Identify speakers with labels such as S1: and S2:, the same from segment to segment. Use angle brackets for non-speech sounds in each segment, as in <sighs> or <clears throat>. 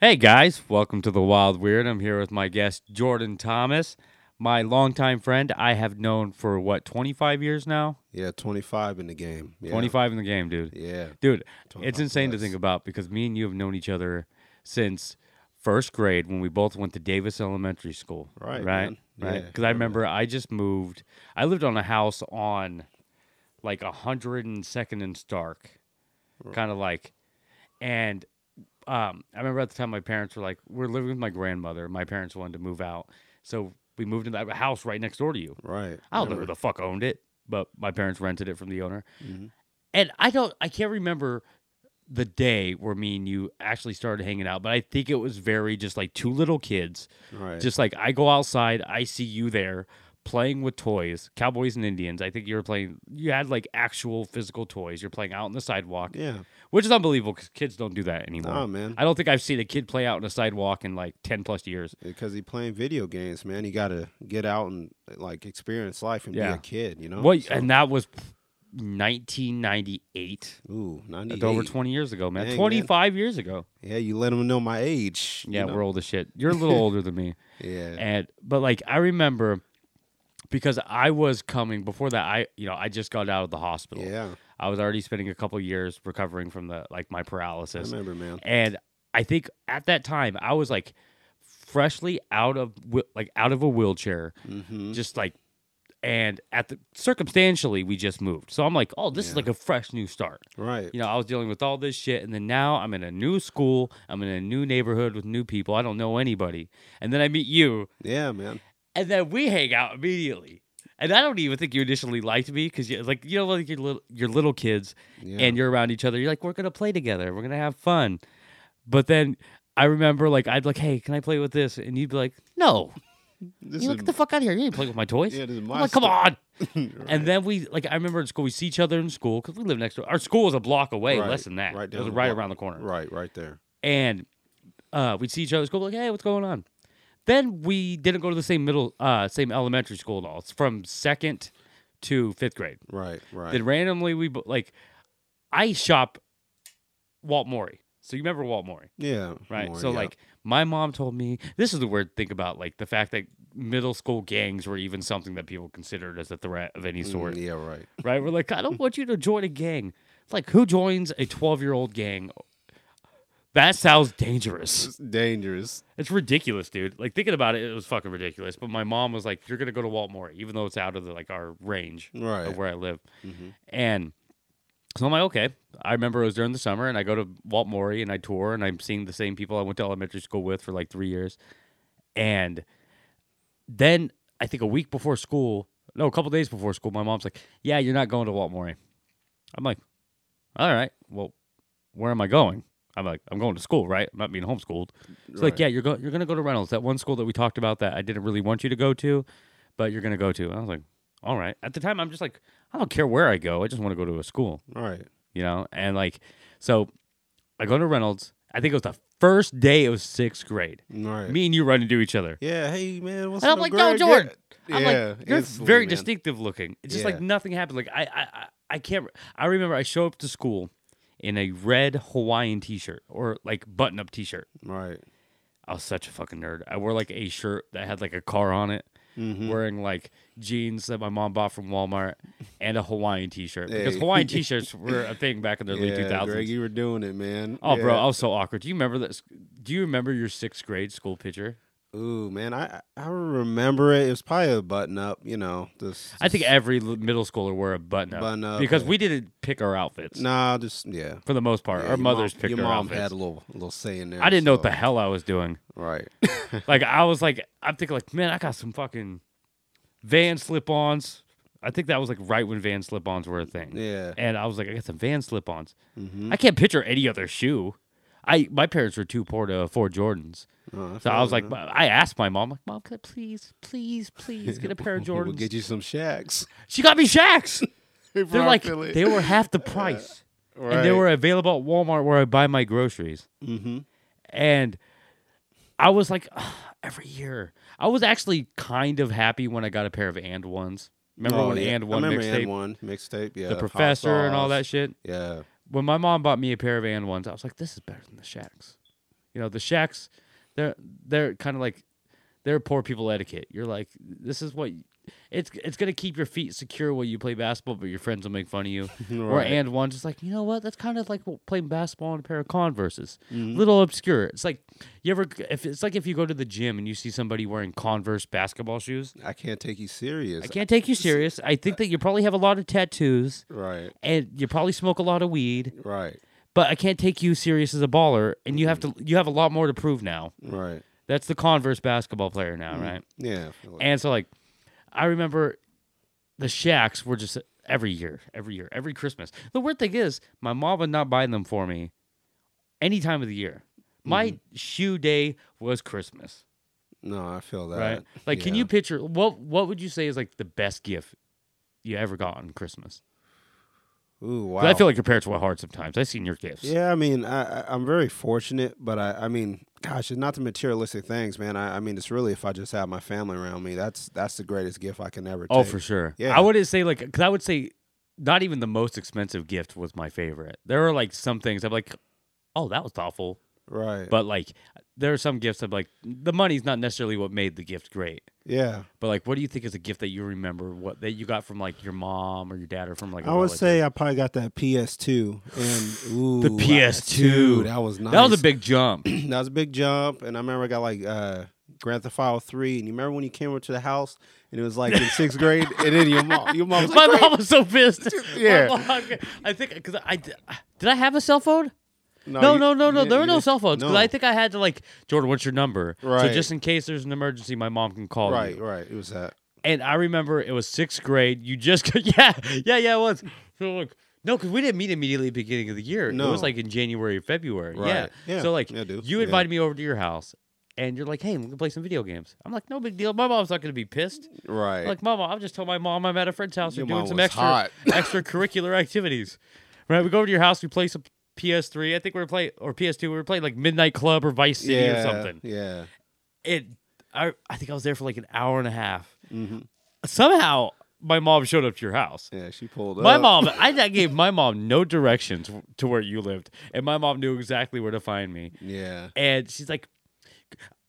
S1: Hey guys, welcome to the Wild Weird. I'm here with my guest Jordan Thomas, my longtime friend I have known for what 25 years now.
S2: Yeah, 25 in the game. Yeah.
S1: 25 in the game, dude.
S2: Yeah.
S1: Dude,
S2: 25
S1: it's insane to
S2: plus.
S1: think about because me and you have known each other since first grade when we both went to Davis Elementary School. Right.
S2: Right, man.
S1: Right.
S2: Yeah,
S1: Because I remember I just moved. I lived on a house on like 102nd and Stark, kind of like, and um, I remember at the time my parents were like, we're living with my grandmother. My parents wanted to move out, so we moved into that house right next door to you.
S2: Right. Mm-hmm.
S1: I don't know who the fuck owned it, but my parents rented it from the owner. And I don't, I can't remember the day where me and you actually started hanging out, but I think it was very just like two little kids.
S2: Right.
S1: Just like I go outside, I see you there playing with toys, Cowboys and Indians. I think you were playing, you had like actual physical toys. You're playing out on the sidewalk,
S2: Yeah. Oh,
S1: which is unbelievable because kids don't do that anymore.
S2: Nah, man.
S1: I don't think I've seen a kid play out on a sidewalk in like 10 plus years.
S2: Because he playing video games, man. He got to get out and like experience life and
S1: Yeah.
S2: be a kid, you know?
S1: Well,
S2: So-
S1: and that was 1998.
S2: Ooh, 98.
S1: It's over 20 years ago, man.
S2: Dang, man.
S1: 25 years ago.
S2: Yeah, you let him know my age. you
S1: Yeah,
S2: know?
S1: we're old as shit. You're a
S2: <laughs>
S1: little older than me.
S2: Yeah.
S1: And but like I remember because I was coming before that I you know, I just got out of the hospital.
S2: yeah.
S1: I was already spending a couple years recovering from the like my
S2: I
S1: paralysis.
S2: remember, man.
S1: And I think at that time I was like freshly out of wi- like out of a wheelchair,
S2: Mm-hmm.
S1: just like and at the circumstantially we just moved. So I'm like, "Oh, this is
S2: Yeah.
S1: like a fresh new start."
S2: Right.
S1: you know, I was dealing with all this shit, and then now I'm in a new school, I'm in a new neighborhood with new people. I don't know anybody, and then I meet you,
S2: Yeah, man.
S1: and then we hang out immediately. And I don't even think you initially liked me because, you, like, you know, like your little, your little kids,
S2: Yeah.
S1: and you're around each other. You're like, we're gonna play together, we're gonna have fun. But then I remember, like, I'd be like, hey, can I play with this? And you'd be like, no,
S2: this
S1: you
S2: is,
S1: look the fuck out of here. You ain't playing with my toys.
S2: Yeah, this is
S1: I'm
S2: my
S1: like, come
S2: stuff. <laughs>
S1: on. And then we like I remember in school we see each other in school because we live next door. Our school was a block away,
S2: Right,
S1: less than that.
S2: right
S1: it was
S2: down the
S1: right
S2: block.
S1: around the corner.
S2: Right, right there.
S1: And uh, we'd see each other at school like, hey, what's going on? Then we didn't go to the same middle, uh, same elementary school at all. It's from second to fifth grade.
S2: Right, right.
S1: Then randomly we bo- like I shop Walt Morey. So you remember Walt Morey?
S2: yeah.
S1: right?
S2: more,
S1: so
S2: yeah.
S1: like my mom told me this is the weird thing about like the fact that middle school gangs were even something that people considered as a threat of any
S2: Mm,
S1: sort,
S2: Yeah, right.
S1: right? We're like, I don't want you to join a gang. It's like who joins a twelve-year-old gang? That sounds dangerous.
S2: It's dangerous.
S1: It's ridiculous, dude. Like thinking about it, it was fucking ridiculous. But my mom was like, "You're gonna go to Walt Morey, even though it's out of the, like our range
S2: Right.
S1: of where I live."
S2: Mhm.
S1: And so I'm like, okay. I remember it was during the summer, and I go to Walt Morey and I tour, and I'm seeing the same people I went to elementary school with for like three years. And then I think a week before school, no, a couple days before school, my mom's like, "Yeah, you're not going to Walt Morey." I'm like, "All right, well, where am I going?" I'm like, "I'm going to school, right? I'm not being homeschooled." It's like,
S2: Right.
S1: "Yeah, you're going. You're going to go to Reynolds, that one school that we talked about that I didn't really want you to go to, but you're going to go to." And I was like, "All right." At the time, I'm just like, "I don't care where I go. I just want to go to a school."
S2: Right.
S1: you know and like so i go to reynolds i think it was the first day it was sixth grade
S2: Right.
S1: me and you run into each other
S2: Yeah, hey man, what's
S1: and
S2: up?
S1: i'm like yo
S2: Greg?
S1: jordan
S2: Yeah,
S1: i'm
S2: yeah,
S1: like you're
S2: instantly,
S1: very
S2: man.
S1: distinctive looking it's just like
S2: Yeah.
S1: nothing happened like I, I I- i can't re- i remember i show up to school in a red hawaiian t-shirt or like button-up t-shirt
S2: Right.
S1: i was such a fucking nerd i wore like a shirt that had like a car on it
S2: Mm-hmm.
S1: wearing like jeans that my mom bought from walmart and a hawaiian t-shirt because
S2: Hey.
S1: hawaiian t-shirts were a thing back in
S2: <laughs>
S1: the early 2000s
S2: Greg, you were doing it, man.
S1: Oh, bro,
S2: Yeah.
S1: I was so awkward. Do you remember this? Do you remember your sixth grade school picture?
S2: Ooh, man, I I remember it. It was probably a button up, you know. This.
S1: I think every l- middle schooler wore a button up,
S2: Button up,
S1: because
S2: yeah.
S1: we didn't pick our outfits
S2: Nah, just yeah.
S1: for the most part.
S2: Yeah,
S1: our
S2: your
S1: mothers
S2: mom,
S1: picked
S2: Your
S1: our
S2: mom
S1: outfits.
S2: had a little little say in there.
S1: I didn't know what the
S2: so-
S1: hell I was doing. <laughs>
S2: Right.
S1: Like I was like, I'm thinking like, man, I got some fucking van slip-ons. I think that was like right when van slip-ons were a thing.
S2: yeah.
S1: And I was like, I got some van slip-ons.
S2: Mm-hmm.
S1: I can't picture any other shoe. I my parents were too poor to afford Jordans.
S2: Oh,
S1: So I was like, I asked my mom, like, Mom, could I please, please,
S2: <laughs>
S1: please get a pair of Jordans?
S2: We'll get you some shacks.
S1: She got me Shacks. <laughs> They're like
S2: Properly. <laughs>
S1: they were half the price,
S2: right.
S1: and they were available at Walmart where I buy my groceries.
S2: Mm-hmm.
S1: And I was like, "Ugh, every year, I was actually kind of happy when I got a pair of and ones. Remember when and one
S2: Oh, I remember
S1: mixtape,
S2: and one mixtape. Yeah.
S1: the
S2: hot
S1: professor and all
S2: sauce.
S1: that shit.
S2: Yeah.
S1: When my mom bought me a pair of and ones, I was like, this is better than the Shacks. You know, the shacks, they're they're kind of like they're poor people etiquette. You're like, this is what it's it's gonna keep your feet secure while you play basketball, but your friends will make fun of you. Or
S2: Right.
S1: and one's just like, you know what? That's kind of like playing basketball in a pair of Converses. Little obscure. It's like you ever if it's like if you go to the gym and you see somebody wearing Converse basketball shoes.
S2: I can't take you serious.
S1: I can't take you serious. I think that you probably have a lot of tattoos
S2: Right.
S1: and you probably smoke a lot of weed,
S2: Right.
S1: but I can't take you serious as a baller and you have to you have a lot more to prove now.
S2: Right.
S1: That's the Converse basketball player now,
S2: Mm-hmm.
S1: right?
S2: Yeah. I feel it.
S1: And so like I remember the shacks were just every year, every year, every Christmas. The weird thing is, my mom would not buy them for me any time of the year. My
S2: Mm-hmm.
S1: shoe day was Christmas.
S2: no, I feel that.
S1: Right? Like can
S2: Yeah.
S1: you picture what what would you say is like the best gift you ever got on Christmas?
S2: Ooh, wow.
S1: 'Cause I feel like your parents were hard sometimes. I've seen your gifts.
S2: Yeah, I mean, I, I- I'm very fortunate, but I, I mean, gosh, it's not the materialistic things, man. I, I mean, it's really if I just have my family around me, that's that's the greatest gift I can ever.
S1: Oh,
S2: take.
S1: for sure.
S2: Yeah.
S1: I wouldn't say like because I would say not even the most expensive gift was my favorite. There are like some things I'm like, oh, that was thoughtful,
S2: Right.
S1: but like there are some gifts I'm like the money's not necessarily what made the gift great.
S2: yeah,
S1: But like, what do you think is a gift that you remember? What that you got from like your mom or your dad or from like? I
S2: I would say I probably got that PS2 and ooh,
S1: the
S2: I-
S1: PS2.
S2: dude, that was nice.
S1: That was a big
S2: <clears throat>
S1: jump.
S2: that was a big jump, and I remember I got like uh, Grand Theft Auto three, and you remember when you came over to the house and it was like in sixth grade, and then your mom, your mom was
S1: <laughs> my
S2: like, "Great."
S1: mom was so pissed. My
S2: <laughs> Yeah.
S1: mom- I think because I did I have a cell phone?
S2: No,
S1: No,
S2: you-
S1: no, no, no.
S2: yeah,
S1: There were
S2: you
S1: no
S2: didn't-
S1: cell phones because
S2: no.
S1: I think I had to like Jordan. What's your number? So
S2: Right.
S1: just in case there's an emergency, my mom can call
S2: right,
S1: you.
S2: right, it was that.
S1: And I remember it was sixth grade. You just <laughs> yeah, yeah, yeah. It was. So like, no, because we didn't meet immediately at the beginning of the year. it
S2: No.
S1: was like in January, or February. Yeah.
S2: Right. Yeah.
S1: So like,
S2: Yeah, dude.
S1: you
S2: Yeah.
S1: invited me over to your house, and you're like, hey, we can play some video games. I'm like, no big deal. My mom's not gonna be pissed.
S2: Right.
S1: Like, Mama, I'll just tell my mom I'm at a friend's house. We're
S2: Your
S1: doing
S2: mom
S1: some
S2: was
S1: extra
S2: hot. <laughs>
S1: extracurricular activities. Right? We go over to your house, we play some PS3. I think we were playing or PS2. We were playing like Midnight Club or Vice City
S2: yeah,
S1: or something.
S2: Yeah.
S1: It I I think I was there for like an hour and a half.
S2: hmm
S1: Somehow my mom showed up to your house.
S2: Yeah, she pulled up.
S1: My mom, I I gave my mom no directions to where you lived, and my mom knew exactly where to find me.
S2: Yeah.
S1: And she's like,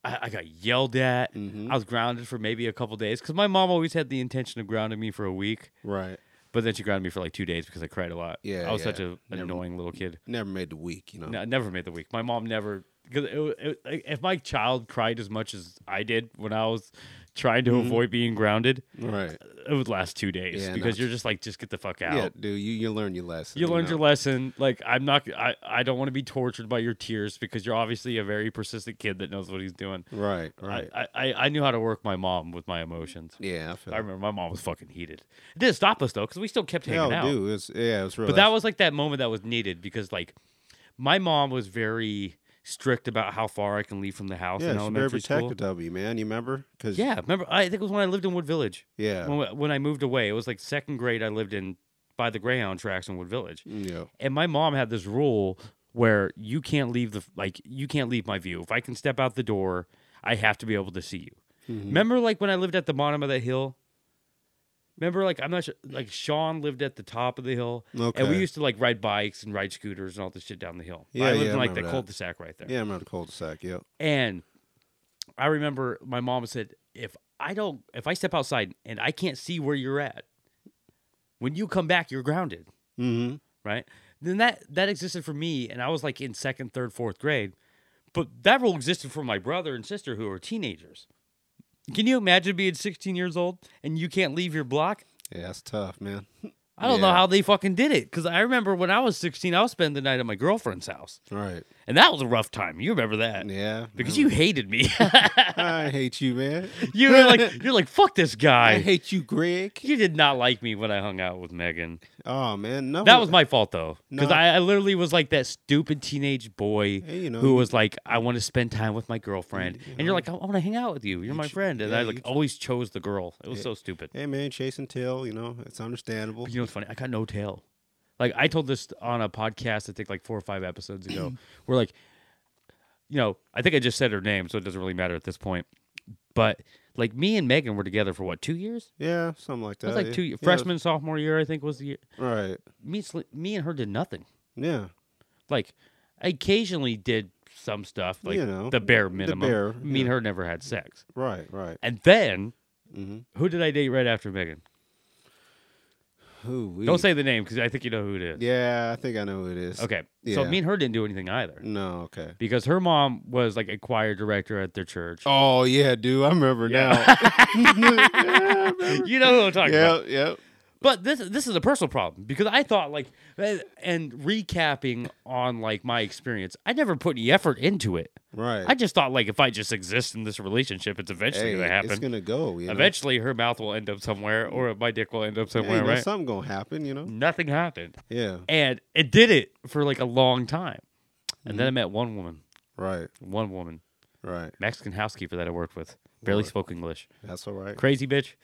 S1: I, I got yelled at.
S2: Mhm.
S1: I was grounded for maybe a couple days because my mom always had the intention of grounding me for a week.
S2: Right.
S1: But then she grounded me for like two days because I cried a lot.
S2: Yeah,
S1: I was
S2: yeah.
S1: such a, an
S2: Never-
S1: annoying little kid.
S2: Never made the week, you know.
S1: No, I never made the week. My mom never because it, wa- it, like, if my child cried as much as I did when I was trying to avoid being grounded,
S2: Right.
S1: it would last two days
S2: Mm-hmm. Yeah, no,
S1: because you're just like, just get the fuck out.
S2: Yeah, dude, you, you learned your lesson.
S1: You learned your lesson. Like I'm not. I, I don't want to be tortured by your tears because you're obviously a very persistent kid that knows what he's doing.
S2: your Right, right.
S1: I, I, I knew how to work my mom with my emotions.
S2: yeah, I feel
S1: I remember my mom was fucking heated. It didn't stop us though because we still kept hanging
S2: Hell,
S1: out.
S2: dude, it's yeah, it's real.
S1: But that was like that moment that was needed because like my mom was very strict about how far I can leave from the house in
S2: yeah, she's very
S1: elementary school.
S2: protective of you, man. You remember? Cause
S1: Yeah, remember I think it was when I lived in Wood Village.
S2: yeah,
S1: When when I moved away, it was like second grade I lived in by the Greyhound tracks in Wood Village.
S2: mm, yeah,
S1: And my mom had this rule where you can't leave the like you can't leave my view. If I can step out the door, I have to be able to see you.
S2: Mm-hmm.
S1: Remember like when I lived at the bottom of that hill? Remember like I'm not sure like Sean lived at the top of the hill. And we
S2: Okay.
S1: used to like ride bikes and ride scooters and all this shit down the hill.
S2: Yeah,
S1: I lived
S2: yeah,
S1: in
S2: I
S1: like the
S2: remember that.
S1: cul-de-sac right there.
S2: yeah. I remember the cul-de-sac. Yep.
S1: And I remember my mom said, if I don't if I step outside and I can't see where you're at, when you come back, you're grounded
S2: Mm-hmm.
S1: right? Then that that existed for me, and I was like in second, third, fourth grade. But that rule existed for my brother and sister who are teenagers. Can you imagine being 16 years old and you can't leave your block?
S2: Yeah, that's tough, man.
S1: I don't know
S2: Yeah.
S1: how they fucking did it. Cause I remember when I was 16, I was spending the night at my girlfriend's house.
S2: Right.
S1: And that was a rough time. You remember that.
S2: Yeah.
S1: Uh, Because
S2: remember.
S1: you hated me.
S2: <laughs>
S1: <laughs>
S2: I hate you, man.
S1: you were like, you're like, fuck this
S2: I <laughs>
S1: guy.
S2: hate
S1: <laughs>
S2: you, Greg.
S1: You did not like me when I hung out with Megan.
S2: Oh man, no.
S1: That was my fault though, because
S2: No.
S1: I, I literally was like that stupid teenage boy
S2: Hey, you know,
S1: who
S2: you-
S1: was like, "I want to spend time with my girlfriend," and you're like, "I want to hang out with you. You're my
S2: ch-
S1: friend," and
S2: yeah,
S1: I
S2: you
S1: like
S2: ch-
S1: always chose the girl. It was so stupid.
S2: Hey man, chasing tail. You know, it's understandable.
S1: But you know what's funny? I got no tail. Like I told this on a podcast, I think like four or five episodes
S2: <clears throat>
S1: ago. where like, you know, I think I just said her name, so it doesn't really matter at this point. But like me and Megan were together for what two years?
S2: Yeah, something like
S1: It
S2: that.
S1: was like
S2: yeah.
S1: two
S2: Uh, Yeah,
S1: years.
S2: it's-
S1: freshman sophomore year, I think was the year.
S2: Right.
S1: Me, and Sli- me and her did nothing.
S2: Yeah.
S1: like I occasionally did some stuff, like
S2: You know,
S1: the bare
S2: the
S1: minimum.
S2: bare,
S1: Me and
S2: yeah.
S1: her never had sex.
S2: Right, right.
S1: And then
S2: Mm-hmm.
S1: who did I date right after Megan? Don't say the name because I think you know who it is.
S2: Yeah, I think I know who it is.
S1: Okay. So
S2: Yeah. Mm.
S1: me and her didn't do anything either
S2: No, okay.
S1: because her mom was like a choir director at their church.
S2: Oh yeah, dude, I remember
S1: Yeah.
S2: now. yeah, I
S1: <laughs>
S2: remember.
S1: you know who I'm talking about.
S2: yeah, yeah.
S1: But this this is a personal problem because I thought like and- and recapping on like my experience, I never put any effort into it.
S2: Right.
S1: I just thought like if I just exist in this relationship, it's eventually
S2: hey,
S1: gonna
S2: it's
S1: happen.
S2: gonna go. You know?
S1: Eventually, her mouth will end up somewhere, or my dick will end up
S2: Yeah, you
S1: somewhere,
S2: know,
S1: right? Mm.
S2: something gonna happen. You know.
S1: Nothing happened,
S2: Yeah.
S1: and it did it for like a long time. And
S2: Mm-hmm.
S1: then I met one woman,
S2: Right.
S1: one woman,
S2: Right.
S1: Mexican housekeeper that I worked with, barely
S2: Lord.
S1: spoke English,
S2: That's all right.
S1: crazy bitch,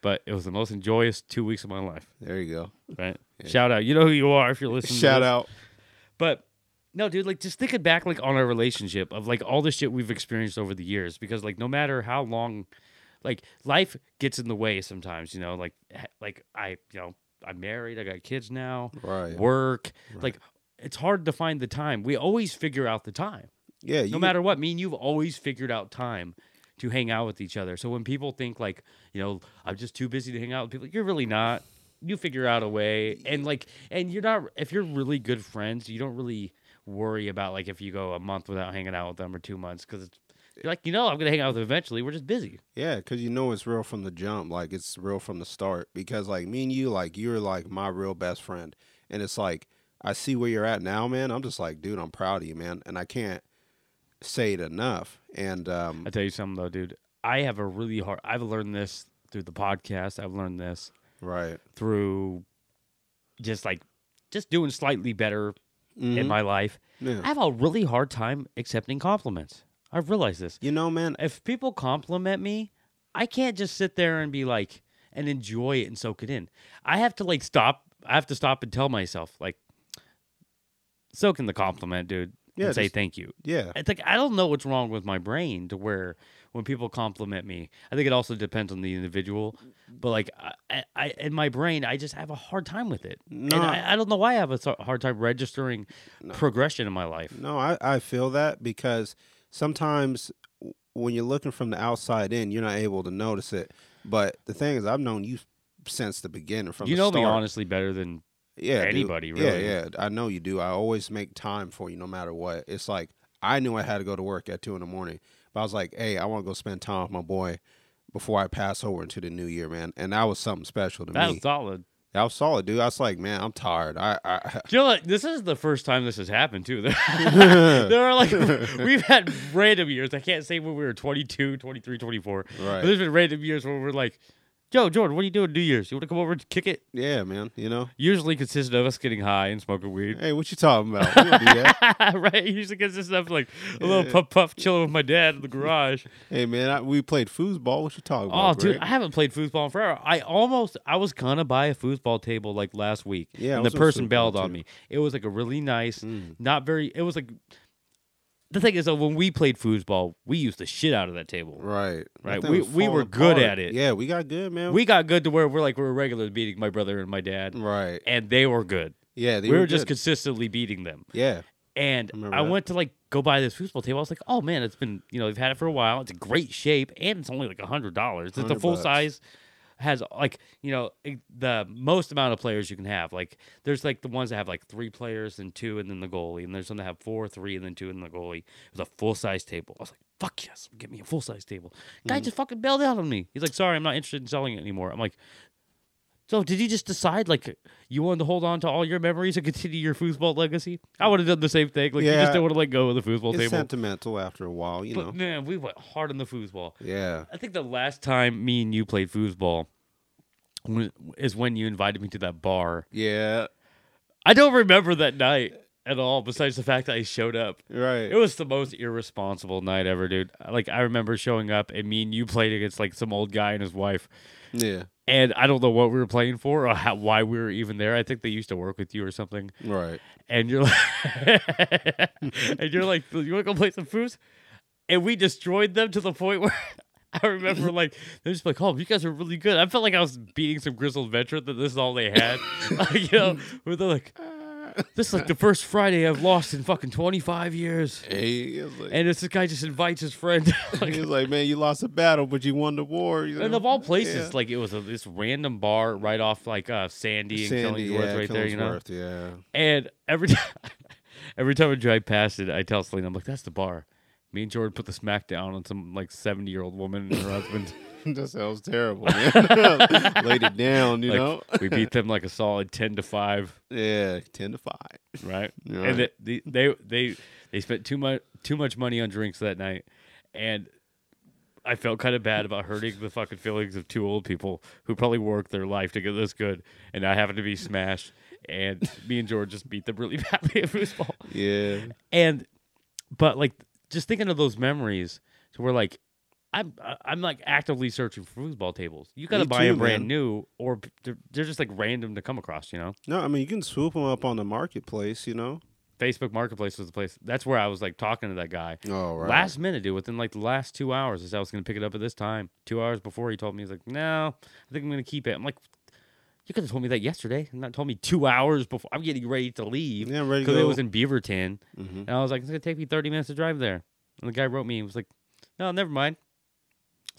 S1: but it was the most enjoyous two weeks of my life.
S2: There you go.
S1: Right? Shout out, you know who you are if you're listening. to
S2: Shout
S1: this.
S2: out.
S1: But no, dude, like just thinking back like on our relationship of like all the shit we've experienced over the years because like no matter how long like life gets in the way sometimes, you know, like ha- like I, you know, I'm married, I got kids now,
S2: Right.
S1: work. Like it's hard to find the time. We always figure out the time.
S2: Yeah. You,
S1: No matter what, me and you've always figured out time to hang out with each other. So when people think like, you know, I'm just too busy to hang out with people, you're really not. You figure out a way, and like, and you're not. If you're really good friends, you don't really worry about like if you go a month without hanging out with them or two months because it's you're like, you know, I'm gonna hang out with them eventually. We're just busy.
S2: Yeah, because you know it's real from the jump. Like it's real from the start. Because like me and you, like you're like my real best friend, and it's like I see where you're at now, man. I'm just like, dude, I'm proud of you, man, and I can't say it enough. And um,
S1: I tell you something though, dude. I have a really hard. I've learned this through the podcast. I've learned this
S2: right,
S1: through just like just doing slightly better in
S2: Mhm.
S1: my life.
S2: Yeah.
S1: I have a really hard time accepting compliments. I've realized this.
S2: you know, man.
S1: If people compliment me, I can't just sit there and be like and enjoy it and soak it in. I have to like stop. I have to stop and tell myself like soak in the compliment, dude.
S2: Yeah,
S1: and say
S2: just-
S1: thank you.
S2: Yeah,
S1: It's like I don't know what's wrong with my brain to where when people compliment me, I think it also depends on the individual. But like I, I- I in my brain, I just have a hard time with it,
S2: No.
S1: and I, I don't know why I have a so- hard time registering progression in my life.
S2: no, I I feel that because sometimes w- when you're looking from the outside in, you're not able to notice it. But the thing is, I've known you since the beginning. From
S1: you
S2: the
S1: know me
S2: start.
S1: honestly better than
S2: yeah, dude.
S1: anybody, really.
S2: Yeah, yeah. I know you do. I always make time for you, no matter what. It's like I knew I had to go to work at two in the morning, but I was like, hey, I want to go spend time with my boy before I pass over into the new year, man. And that was something special to
S1: that
S2: me.
S1: was solid.
S2: that was solid, dude. I was like, man, I'm tired. I, I <laughs>
S1: Do you know what? This is the first time this has happened too. <laughs> there
S2: <laughs>
S1: are like we've had random years. I can't say when we were 22, 23, 24.
S2: Right.
S1: But there's been random years where we're like, "Yo, Jordan, what are you doing New Year's? You want to come over and kick it?"
S2: yeah, man. You know,
S1: Usually consisted of us getting high and smoking
S2: <laughs>
S1: weed. <laughs>
S2: hey, what you talking about? We don't do that.
S1: right? Usually consists of like a little puff puff chilling with my dad in the
S2: <laughs>
S1: garage.
S2: hey, man, I, we played foosball. What you talking
S1: Oh,
S2: about?
S1: dude,
S2: Greg?
S1: I haven't played foosball in forever. I almost, I was gonna buy a foosball table like last week.
S2: Yeah, I
S1: and the
S2: was on
S1: person
S2: foosball,
S1: bailed on
S2: too.
S1: me. It was like a really nice,
S2: Mm.
S1: not very. It was like the thing is that when we played foosball, we used the shit out of that table.
S2: Right, That
S1: Right,
S2: thing
S1: we-
S2: was
S1: we were
S2: falling
S1: good
S2: apart.
S1: at it.
S2: Yeah, we got good, man.
S1: We got good to where we're like we we're regular beating my brother and my dad,
S2: right,
S1: and they were good.
S2: yeah, Mm. they
S1: we were, just
S2: good.
S1: consistently beating them.
S2: yeah,
S1: And
S2: remember
S1: I
S2: that.
S1: went to like go buy this foosball table. I was like, oh man, it's been you know they've had it for a while. It's in great shape, and it's only like a hundred dollars. It's a
S2: 100
S1: full
S2: bucks.
S1: size. Has like you know it- the most amount of players you can have. Like there's like the ones that have like three players and two and then the goalie, and there's some that have four, three, and then two and the goalie. It was a full size table. I was like, fuck yes, get me a full size table.
S2: Mm-hmm.
S1: Guy just fucking bailed out on me. He's like, sorry, I'm not interested in selling it anymore. I'm like, so did you just decide like you wanted to hold on to all your memories and continue your foosball legacy? I would have done the same thing. Like you
S2: Yeah.
S1: just didn't want to let go of the foosball
S2: it's
S1: table.
S2: sentimental after a while, you know.
S1: But man, we went hard on the foosball.
S2: Yeah.
S1: I think the last time me and you played foosball wa- is when you invited me to that bar.
S2: Yeah.
S1: I don't remember that night at all, besides the fact that I showed up.
S2: Right.
S1: It was the most irresponsible night ever, dude. Like I remember showing up and me and you played against like some old guy and his wife.
S2: yeah.
S1: And I don't know what we were playing for or how, why we were even there. I think they used to work with you or something.
S2: Right.
S1: and you're <laughs> like, and you're like, you want to go play some foos? And we destroyed them to the point <laughs> where I remember like they're just like, oh, you guys are really good. <laughs> I felt like I was beating some grizzled veteran that this is all they had. like, you know, where they're like, This is like the first Friday I've lost in fucking 25 years.
S2: He was like,
S1: And it's this guy just invites his friend. <laughs>
S2: <laughs> he
S1: like,
S2: was like, man, you lost a battle, but you won the war. you
S1: and
S2: know?
S1: of all places,
S2: Yeah.
S1: like it was a, this random bar right off like uh, Sandy and
S2: Sandy,
S1: Killingsworth
S2: yeah,
S1: right there, you know.
S2: Killingsworth, yeah.
S1: And every <laughs> time, every time I drive past it, I tell Selena, I'm like, "That's the bar." Me and Jordan put the smack down on some like 70 year old woman and her husband.
S2: that
S1: <laughs>
S2: sounds terrible. Man. <laughs> Laid it down, <laughs> you
S1: Like,
S2: know. <laughs>
S1: we beat them like a solid 10 to five,
S2: Yeah, ten to five.
S1: right?
S2: You're
S1: And
S2: right.
S1: the, the, they they they spent too much too much money on drinks that night, and I felt kind of bad about hurting the fucking feelings of two old people who probably worked their life to get this good, and I happened to be smashed. And me and George just beat them really <laughs> badly at foosball.
S2: Yeah,
S1: and but like just thinking of those memories to where like i'm I- i'm like actively searching for foosball tables you gotta
S2: Me
S1: buy them
S2: too,
S1: brand
S2: man.
S1: new or p- they're, they're just like random to come across you know
S2: no, I mean you can swoop them up on the marketplace, you know.
S1: facebook marketplace was the place that's where i was like talking to that guy
S2: Oh right.
S1: last minute dude within like the last two hours i said i was gonna pick it up at this time two hours before he told me he's like no i think i'm gonna keep it i'm like you could have told me that yesterday and not told me two hours before i'm getting ready to leave
S2: yeah, I'm ready to
S1: because
S2: go.
S1: it was in Beaverton,
S2: Mhm.
S1: and I was like, "It's gonna take me 30 minutes to drive there." And the guy wrote me, he was like, "No, never mind.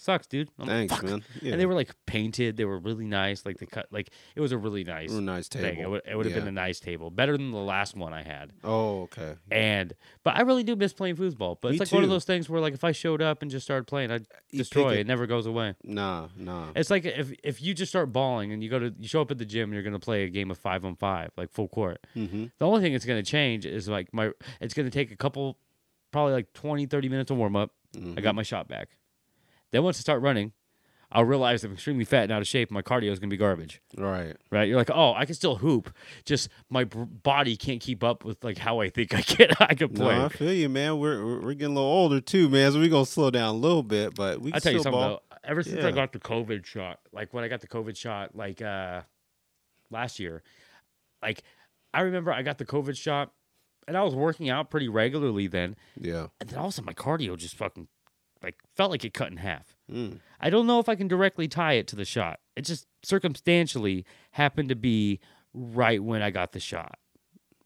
S1: Sucks, dude." I'm like,
S2: Thanks,
S1: "Fuck."
S2: man. Yeah.
S1: And they were like painted. They were really nice. Like they cut. Like it was a really nice
S2: It was a nice table.
S1: thing. It would, it would have
S2: Yeah.
S1: been a nice table, better than the last one I had.
S2: Oh okay.
S1: And but I really do miss playing foosball. But it's
S2: Me
S1: like one of
S2: too.
S1: those things where like if I showed up and just started playing, I'd
S2: You
S1: destroy.
S2: pick
S1: It.
S2: it-
S1: it never goes away.
S2: Nah, nah.
S1: It's like if if you just start balling and you go to you show up at the gym and you're gonna play a game of five on five, like full court.
S2: Mm-hmm.
S1: The only thing that's going to change is like my it's going to take a couple probably like 20 30 minutes of warm up. I
S2: Mm-hmm.
S1: got my shot back. Then once I start running, I'll realize I'm extremely fat and out of shape. My cardio is going to be garbage,
S2: Right.
S1: right? You're like, "Oh, I can still hoop. Just my b- body can't keep up with like how I think I can <laughs> I can
S2: No,
S1: play."
S2: I feel you, man. We're we're- we're getting a little older too, man. So we gonna slow down a little bit, but
S1: I
S2: we can
S1: tell
S2: still
S1: you something
S2: ball.
S1: though. Ever since I
S2: Yeah.
S1: got the COVID shot, like when I got the COVID shot, like uh last year, like I remember I got the COVID shot and I was working out pretty regularly then.
S2: Yeah.
S1: and then all of a sudden my cardio just fucking like felt like it cut in half.
S2: Mm.
S1: I don't know if I can directly tie it to the shot. It just circumstantially happened to be right when I got the shot,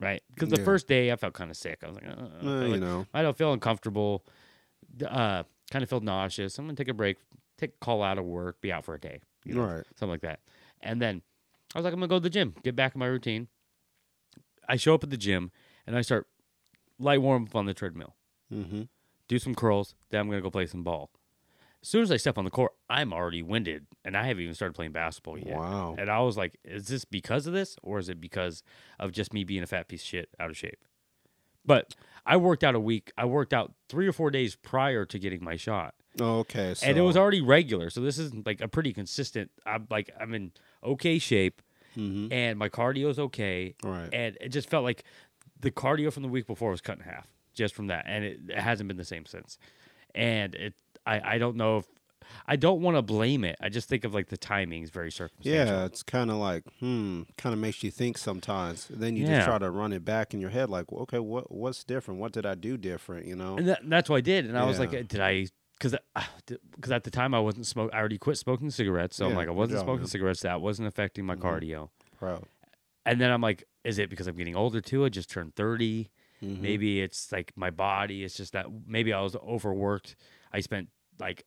S1: right? Because the
S2: Yeah.
S1: first day I felt kind of sick. I was like, uh, I,
S2: Eh,
S1: feel
S2: you
S1: like-
S2: know.
S1: I don't feel uncomfortable. d- Uh, kind of feel nauseous. I'm gonna take a break, take a call out of work, be out for a day, you know,
S2: Right.
S1: something like that. And then I was like, I'm gonna go to the gym, get back in my routine. I show up at the gym and I start light warm up on the treadmill
S2: Mm-hmm.
S1: do some curls, then I'm gonna go play some ball. As soon as I step on the court, I'm already winded, and I haven't even started playing basketball yet.
S2: Wow.
S1: And I was like, "Is this because of this, or is it because of just me being a fat piece of shit out of shape?" But I worked out a week. I worked out three or four days prior to getting my shot,
S2: Okay. So,
S1: and it was already regular. So this is like a pretty consistent. I'm like I'm in okay shape,
S2: Mhm.
S1: and my cardio's okay,
S2: Right.
S1: and it just felt like the cardio from the week before was cut in half just from that and it, it hasn't been the same since and it i i don't know if i don't want to blame it i just think of like the timing is very circumstantial
S2: Yeah, it's kind of like, hmm, kind of makes you think sometimes. Then you
S1: Yeah.
S2: just try to run it back in your head, like, okay, what what's different? What did I do different? You know?
S1: and that, that's what i did and i was like
S2: Yeah.
S1: did i because because at the time i wasn't smoking i already quit smoking cigarettes so i'm
S2: Yeah,
S1: like i
S2: good
S1: wasn't
S2: job,
S1: smoking
S2: man. Mm-hmm.
S1: cigarettes that wasn't affecting my cardio
S2: Proud.
S1: and then i'm like is it because i'm getting older too i just turned 30
S2: Mhm.
S1: Maybe it's like my body. It's just that maybe I was overworked. I spent like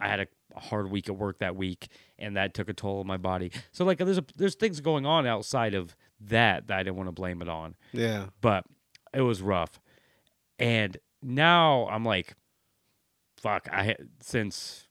S1: I had a hard week at work that week, and that took a toll on my body. So like there's a, there's things going on outside of that that I didn't want to blame it on,
S2: Yeah.
S1: but it was rough. And now I'm like, fuck. I ha- since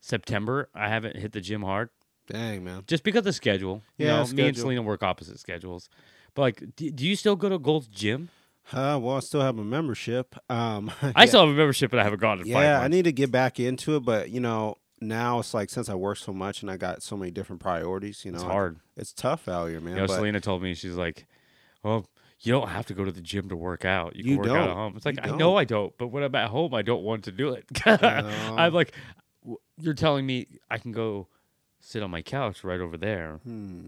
S1: September I haven't hit the gym hard
S2: Dang, man.
S1: just because of schedule. You
S2: Yeah,
S1: know, me and
S2: schedule.
S1: Selena work opposite schedules. But like, do, do you still go to Gold's Gym?
S2: Uh, well, I still have a membership. Um, <laughs>
S1: I
S2: yeah.
S1: still have a membership and I haven't gone in five
S2: Yeah, I
S1: months.
S2: need to get back into it, but you know, now it's like since I work so much and I got so many different priorities, you know,
S1: it's
S2: I-
S1: hard.
S2: It's tough out here, man.
S1: you know,
S2: but
S1: Selena told me she's like, "Well, you don't have to go to the gym to work out. You can
S2: You
S1: work out at
S2: don't.
S1: home." It's
S2: You
S1: like I know
S2: don't.
S1: I don't, but when I'm at home, I don't want to do it. <laughs>
S2: No.
S1: I'm like, "W- you're telling me I can go sit on my couch right over there,
S2: hmm,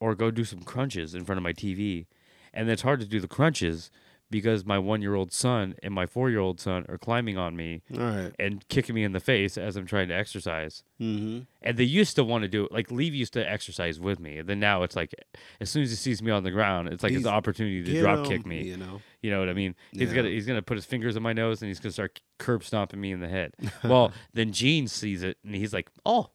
S1: or go do some crunches in front of my TV, and it's hard to do the crunches because my one year old son and my four year old son are climbing on me
S2: All right.
S1: and kicking me in the face as I'm trying to exercise.
S2: Mm-hmm.
S1: And they used to want to do it. Like, Leave used to exercise with me. And then now it's like, as soon as he sees me on the ground, it's like it's
S2: He's-
S1: an opportunity to drop kick me.
S2: You know.
S1: You know what I mean? He's
S2: Yeah.
S1: gonna he's gonna put his fingers in my nose and he's gonna start curb stomping me in the
S2: <laughs>
S1: head. well, then Gene sees it and he's like, "Oh,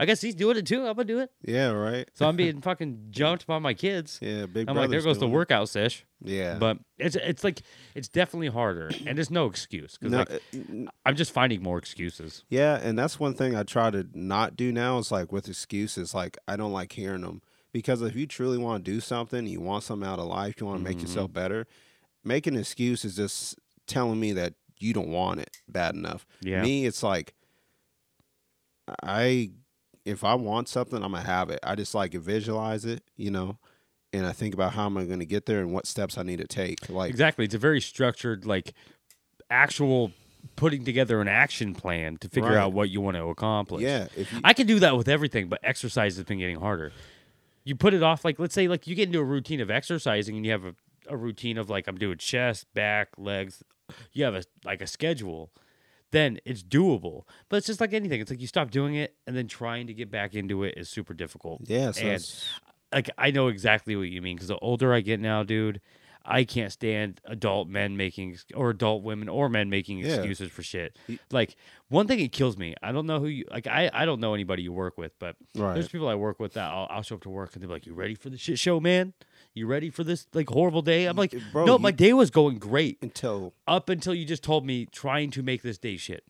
S1: I guess he's doing it too. I'm gonna do it."
S2: Yeah. Right.
S1: So
S2: <laughs>
S1: I'm being fucking jumped by my kids.
S2: Yeah. Big.
S1: I'm like, "There
S2: brother's
S1: goes the
S2: doing it.
S1: workout sesh."
S2: Yeah.
S1: But it's it's like it's definitely harder, and there's no excuse because
S2: No,
S1: like,
S2: uh, n-
S1: I'm just finding more excuses.
S2: yeah, and that's one thing I try to not do now is like with excuses. Like I don't like hearing them because if you truly want to do something, you want something out of life, you want to make yourself
S1: Mm-hmm.
S2: better. Making an excuse is just telling me that you don't want it bad enough.
S1: Yeah.
S2: Me, it's like I if I want something, I'm gonna have it. I just like visualize it, you know, and I think about how am I gonna get there and what steps I need to take. Like
S1: Exactly. It's a very structured, like actual putting together an action plan to figure
S2: Right.
S1: out what you want to accomplish.
S2: yeah, if you,
S1: I can do that with everything, but exercise has been getting harder. You put it off, like let's say, like you get into a routine of exercising, and you have a, a routine of like I'm doing chest, back, legs. You have a like a schedule, then it's doable. But it's just like anything. It's like you stop doing it, and then trying to get back into it is super difficult.
S2: yeah, so
S1: and-
S2: it's-
S1: Like I know exactly what you mean because the older I get now, dude, I can't stand adult men making ex- or adult women or men making
S2: Yeah.
S1: excuses for shit.
S2: Y-
S1: Like one thing, it kills me. I don't know who you like. I I don't know anybody you work with, but
S2: right.
S1: there's people I work with that I'll, I'll show up to work and they're like, "You ready for the shit show, man? You ready for this like horrible day?" I'm like,
S2: Bro,
S1: "No,
S2: you-
S1: my day was going great
S2: until
S1: up until you just told me trying to make this day shit."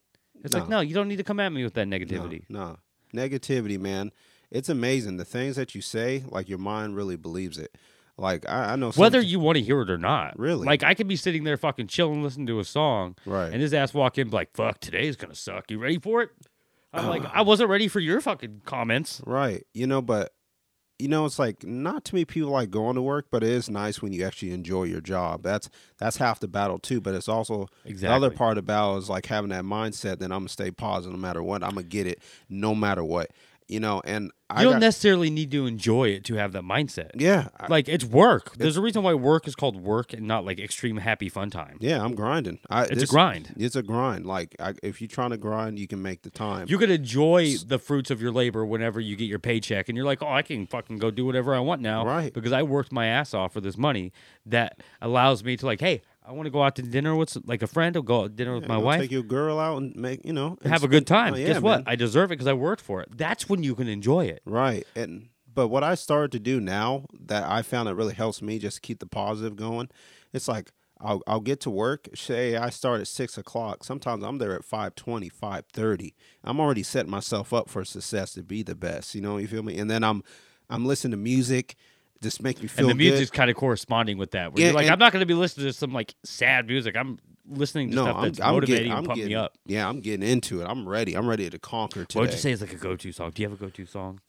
S1: It's like,
S2: No.
S1: no, you don't need to come at me with that
S2: No,
S1: negativity.
S2: No, negativity, man. It's amazing the things that you say. Like your mind really believes it. Like I, I know some-
S1: Whether you want to hear it or not,
S2: Really?
S1: Like I could be sitting there fucking chilling, listening to a song,
S2: Right.
S1: And his ass walk in, be like, "Fuck, today's gonna suck. You ready for it?" I'm like, I wasn't ready for your fucking comments.
S2: right. You know, but you know, it's like not too many people like going to work, but it is nice when you actually enjoy your job. That's that's half the battle too. But it's also the
S1: Exactly.
S2: other part of battle is like having that mindset that I'm gonna stay positive no matter what. I'm gonna get it no matter what. You know, and I
S1: You don't
S2: got,
S1: necessarily need to enjoy it to have that mindset.
S2: yeah, I-
S1: like it's work. There's a reason why work is called work and not like extreme happy fun time.
S2: yeah. I'm grinding. I,
S1: It's a grind.
S2: It's a grind. Like I, if you're trying to grind, you can make the time.
S1: You could enjoy the fruits of your labor whenever you get your paycheck, and you're like, "Oh, I can fucking go do whatever I want now,
S2: Right.
S1: Because I worked my ass off for this money that allows me to like, hey, I want to go out to dinner with s- like a friend. I'll go out to dinner with
S2: Yeah,
S1: my
S2: go
S1: wife,
S2: Take your girl out and make you know and
S1: have a
S2: spend-
S1: good time.
S2: Oh, yeah,
S1: Guess what?
S2: man.
S1: I deserve it because I worked for it. That's when you can enjoy it.
S2: right. And but what I started to do now that I found it really helps me just keep the positive going. It's like I'll I'll get to work. Say I start at six o'clock. Sometimes I'm there at 5.20, 5.30. I'm already setting myself up for success to be the best. You know, you feel me? And then I'm I'm listening to music. Just make me feel
S1: And the
S2: good.
S1: music's kind of corresponding with that. Where
S2: Yeah,
S1: you're like,
S2: and-
S1: I'm not going to be listening to some like sad music. I'm listening to
S2: no,
S1: stuff
S2: I'm,
S1: that's
S2: I'm
S1: motivating
S2: getting, I'm
S1: and pump
S2: getting,
S1: me up.
S2: yeah, I'm getting into it. I'm ready. I'm ready to conquer today.
S1: What would you say is like a go-to song? Do you have a go-to song?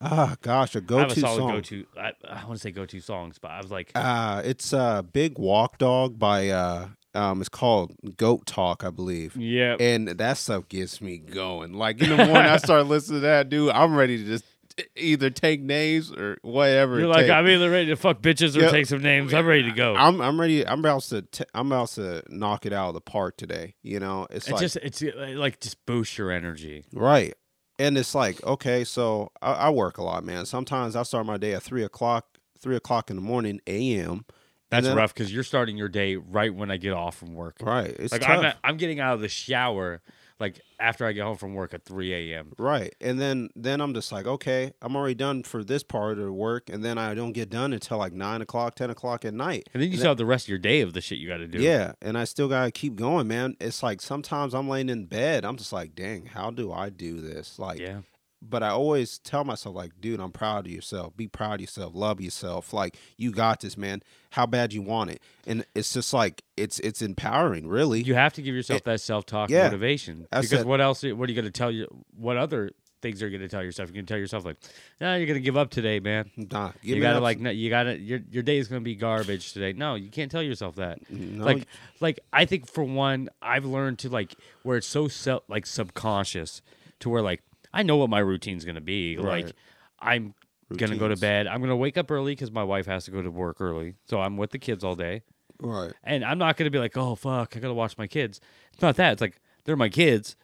S2: Ah, gosh, a
S1: I
S2: go-to
S1: have a solid
S2: song.
S1: go-to. Ah. I, I want to say go-to songs, but I was like,
S2: Uh, it's uh, Big Walk Dog by uh, um, it's called Goat Talk, I believe.
S1: yeah,
S2: And that stuff gets me going. Like
S1: <laughs>
S2: in the morning, I start listening to that dude. I'm ready to just e-, either take names or whatever.
S1: you're
S2: it
S1: like,
S2: takes.
S1: I'm either ready to fuck bitches or
S2: Yeah.
S1: take some names. I'm ready to go.
S2: I'm I'm ready. I'm about to t- I'm about to knock it out of the park today. You know, it's,
S1: it's
S2: like
S1: just, it's uh, like just boost your energy.
S2: Right. And it's like, okay, so I, I work a lot, man. Sometimes I start my day at three o'clock, three o'clock in the morning, a.m. And
S1: That's
S2: then-
S1: rough because you're starting your day right when I get off from work.
S2: Right. It's
S1: Like
S2: tough.
S1: I'm, at- I'm getting out of the shower like after I get home from work at 3 a.m.
S2: Right. And then then I'm just like, okay, I'm already done for this part of work, and then I don't get done until like nine o'clock, ten o'clock at night.
S1: And then you still have the rest of your day of the shit you got to do.
S2: Yeah, and I still gotta keep going, man. It's like sometimes I'm laying in bed, I'm just like, dang, how do I do this? Like,
S1: Yeah.
S2: but I always tell myself, like, dude, I'm proud of yourself. Be proud of yourself. Love yourself. Like, you got this, man. How bad you want it? And it's just like it's it's empowering, really.
S1: You have to give yourself that self talk
S2: yeah.
S1: motivation
S2: I
S1: because
S2: said-
S1: what else? What are you going to tell you? What other things are you going to tell yourself? You're going to tell yourself like, "No, you're going to give up today, man.
S2: Nah, give
S1: you
S2: me
S1: gotta
S2: that-
S1: like, no, you gotta your your day is gonna be garbage today. No, you can't tell yourself that.
S2: No, you-
S1: Like, like I think for one, I've learned to like where it's so self like subconscious to where like I know what my routine's gonna be.
S2: Right.
S1: Like I'm gonna go to
S2: Routines.
S1: bed. I'm gonna wake up early because my wife has to go to work early, so I'm with the kids all day.
S2: Right.
S1: And I'm not going to be like, oh, fuck, I got to watch my kids. It's not that. It's like they're my kids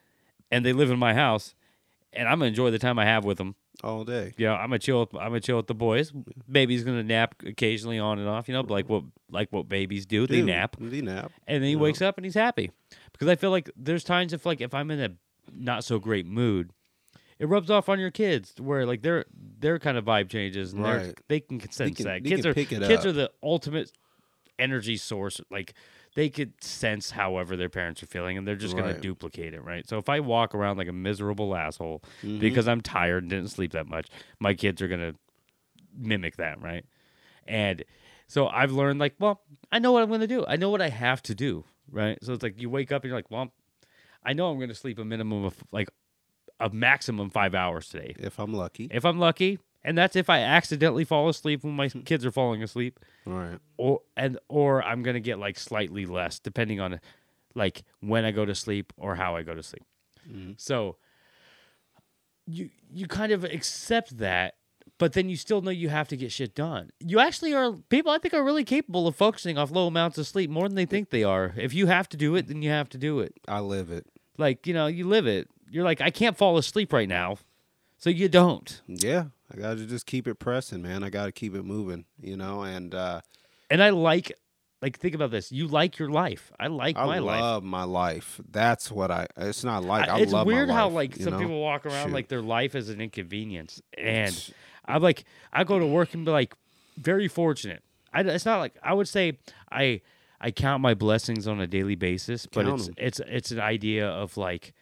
S1: and they live in my house and I'm going to enjoy the time I have with them.
S2: All day.
S1: You know, I'm going to chill with, I'm going to chill with the boys. Baby's going to nap occasionally on and off, you know, like what like what babies do. They
S2: Dude,
S1: nap
S2: They nap.
S1: and then he
S2: Yeah.
S1: wakes up and he's happy because I feel like there's times if like if I'm in a not so great mood, it rubs off on your kids where like their their kind of vibe changes and they're
S2: Right.
S1: they can sense
S2: can-
S1: that
S2: they
S1: kids
S2: can
S1: are
S2: pick it
S1: kids
S2: up.
S1: are the ultimate energy source like they could sense however their parents are feeling and they're just going
S2: Right.
S1: to duplicate it right so if i walk around like a miserable asshole
S2: Mm-hmm.
S1: because i'm tired and didn't sleep that much my kids are going to mimic that right and so I've learned like, well, I know what I'm gonna do. I know what I have to do, right? So it's like you wake up and you're like, well, I know I'm gonna sleep a minimum of like a maximum five hours today,
S2: If I'm lucky.
S1: if I'm lucky, and that's if I accidentally fall asleep when my kids are falling asleep,
S2: Right.
S1: or and or I'm gonna get like slightly less depending on like when I go to sleep or how I go to sleep. So you you kind of accept that, but then you still know you have to get shit done. You actually are people I think are really capable of focusing off low amounts of sleep more than they think they are. If you have to do it, then you have to do it.
S2: I live it.
S1: Like, you know, you live it. You're like, I can't fall asleep right now. So you don't.
S2: Yeah. I got to just keep it pressing, man. I got to keep it moving, you know, and uh,
S1: And I like like think about this. You like your life. I like
S2: I
S1: my life.
S2: love my life. That's what I, it's not like,
S1: I-
S2: I,
S1: it's
S2: love my
S1: weird how
S2: life,
S1: like
S2: you
S1: some
S2: know?
S1: people walk around
S2: Shoot.
S1: like their life is an inconvenience,
S2: It's-
S1: and I'm like I go to work and be like very fortunate. I, it's not like I would say I I count my blessings on a daily basis, but
S2: Count
S1: it's
S2: 'em.
S1: it's it's an idea of like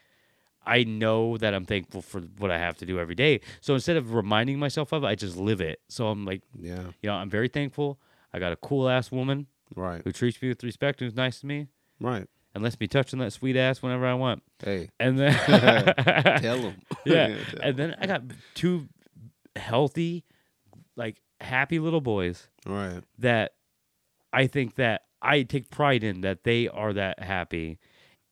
S1: I know that I'm thankful for what I have to do every day. So instead of reminding myself of it, I just live it. So I'm like,
S2: Yeah.
S1: you know, I'm very thankful. I got a cool ass woman
S2: Right.
S1: who treats me with respect, who's nice to me,
S2: Right.
S1: and lets me touch on that sweet ass whenever I want.
S2: Hey,
S1: And then
S2: <laughs> tell them.
S1: <laughs>
S2: <laughs>
S1: yeah. and then I got two healthy, like happy little boys
S2: right.
S1: that I think that I take pride in that they are that happy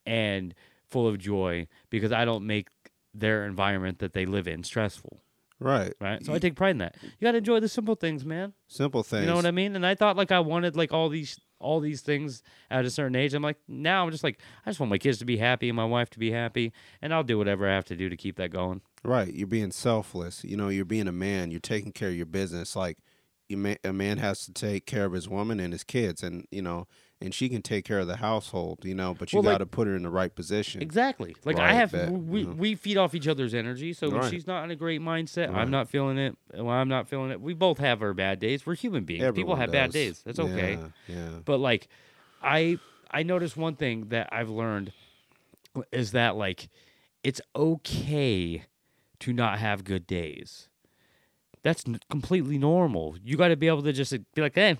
S1: and full of joy because I don't make their environment that they live in stressful.
S2: Right.
S1: Right. So I take pride in that. You gotta enjoy the simple things, man.
S2: Simple things.
S1: You know what I mean? And I thought like I wanted like all these all these things at a certain age. I'm like, now I'm just like, I just want my kids to be happy and my wife to be happy and I'll do whatever I have to do to keep that going.
S2: Right. You're being selfless. You know, you're being a man. You're taking care of your business. Like you ma- a man has to take care of his woman and his kids and, you know, and she can take care of the household, you know, but you
S1: Well, like-
S2: got to put her in the right position.
S1: Exactly. Like I
S2: Right,
S1: have,
S2: that,
S1: we,
S2: you know.
S1: we feed off each other's energy. So when
S2: Right.
S1: she's not in a great mindset,
S2: Right.
S1: I'm not feeling it. Well, I'm not feeling it. We both have our bad days. We're human beings. People
S2: Everyone
S1: have bad
S2: does.
S1: days. That's okay.
S2: Yeah. yeah.
S1: But like, I I noticed one thing that I've learned is that like, it's okay to not have good days. That's n- completely normal. You got to be able to just like, be like, hey,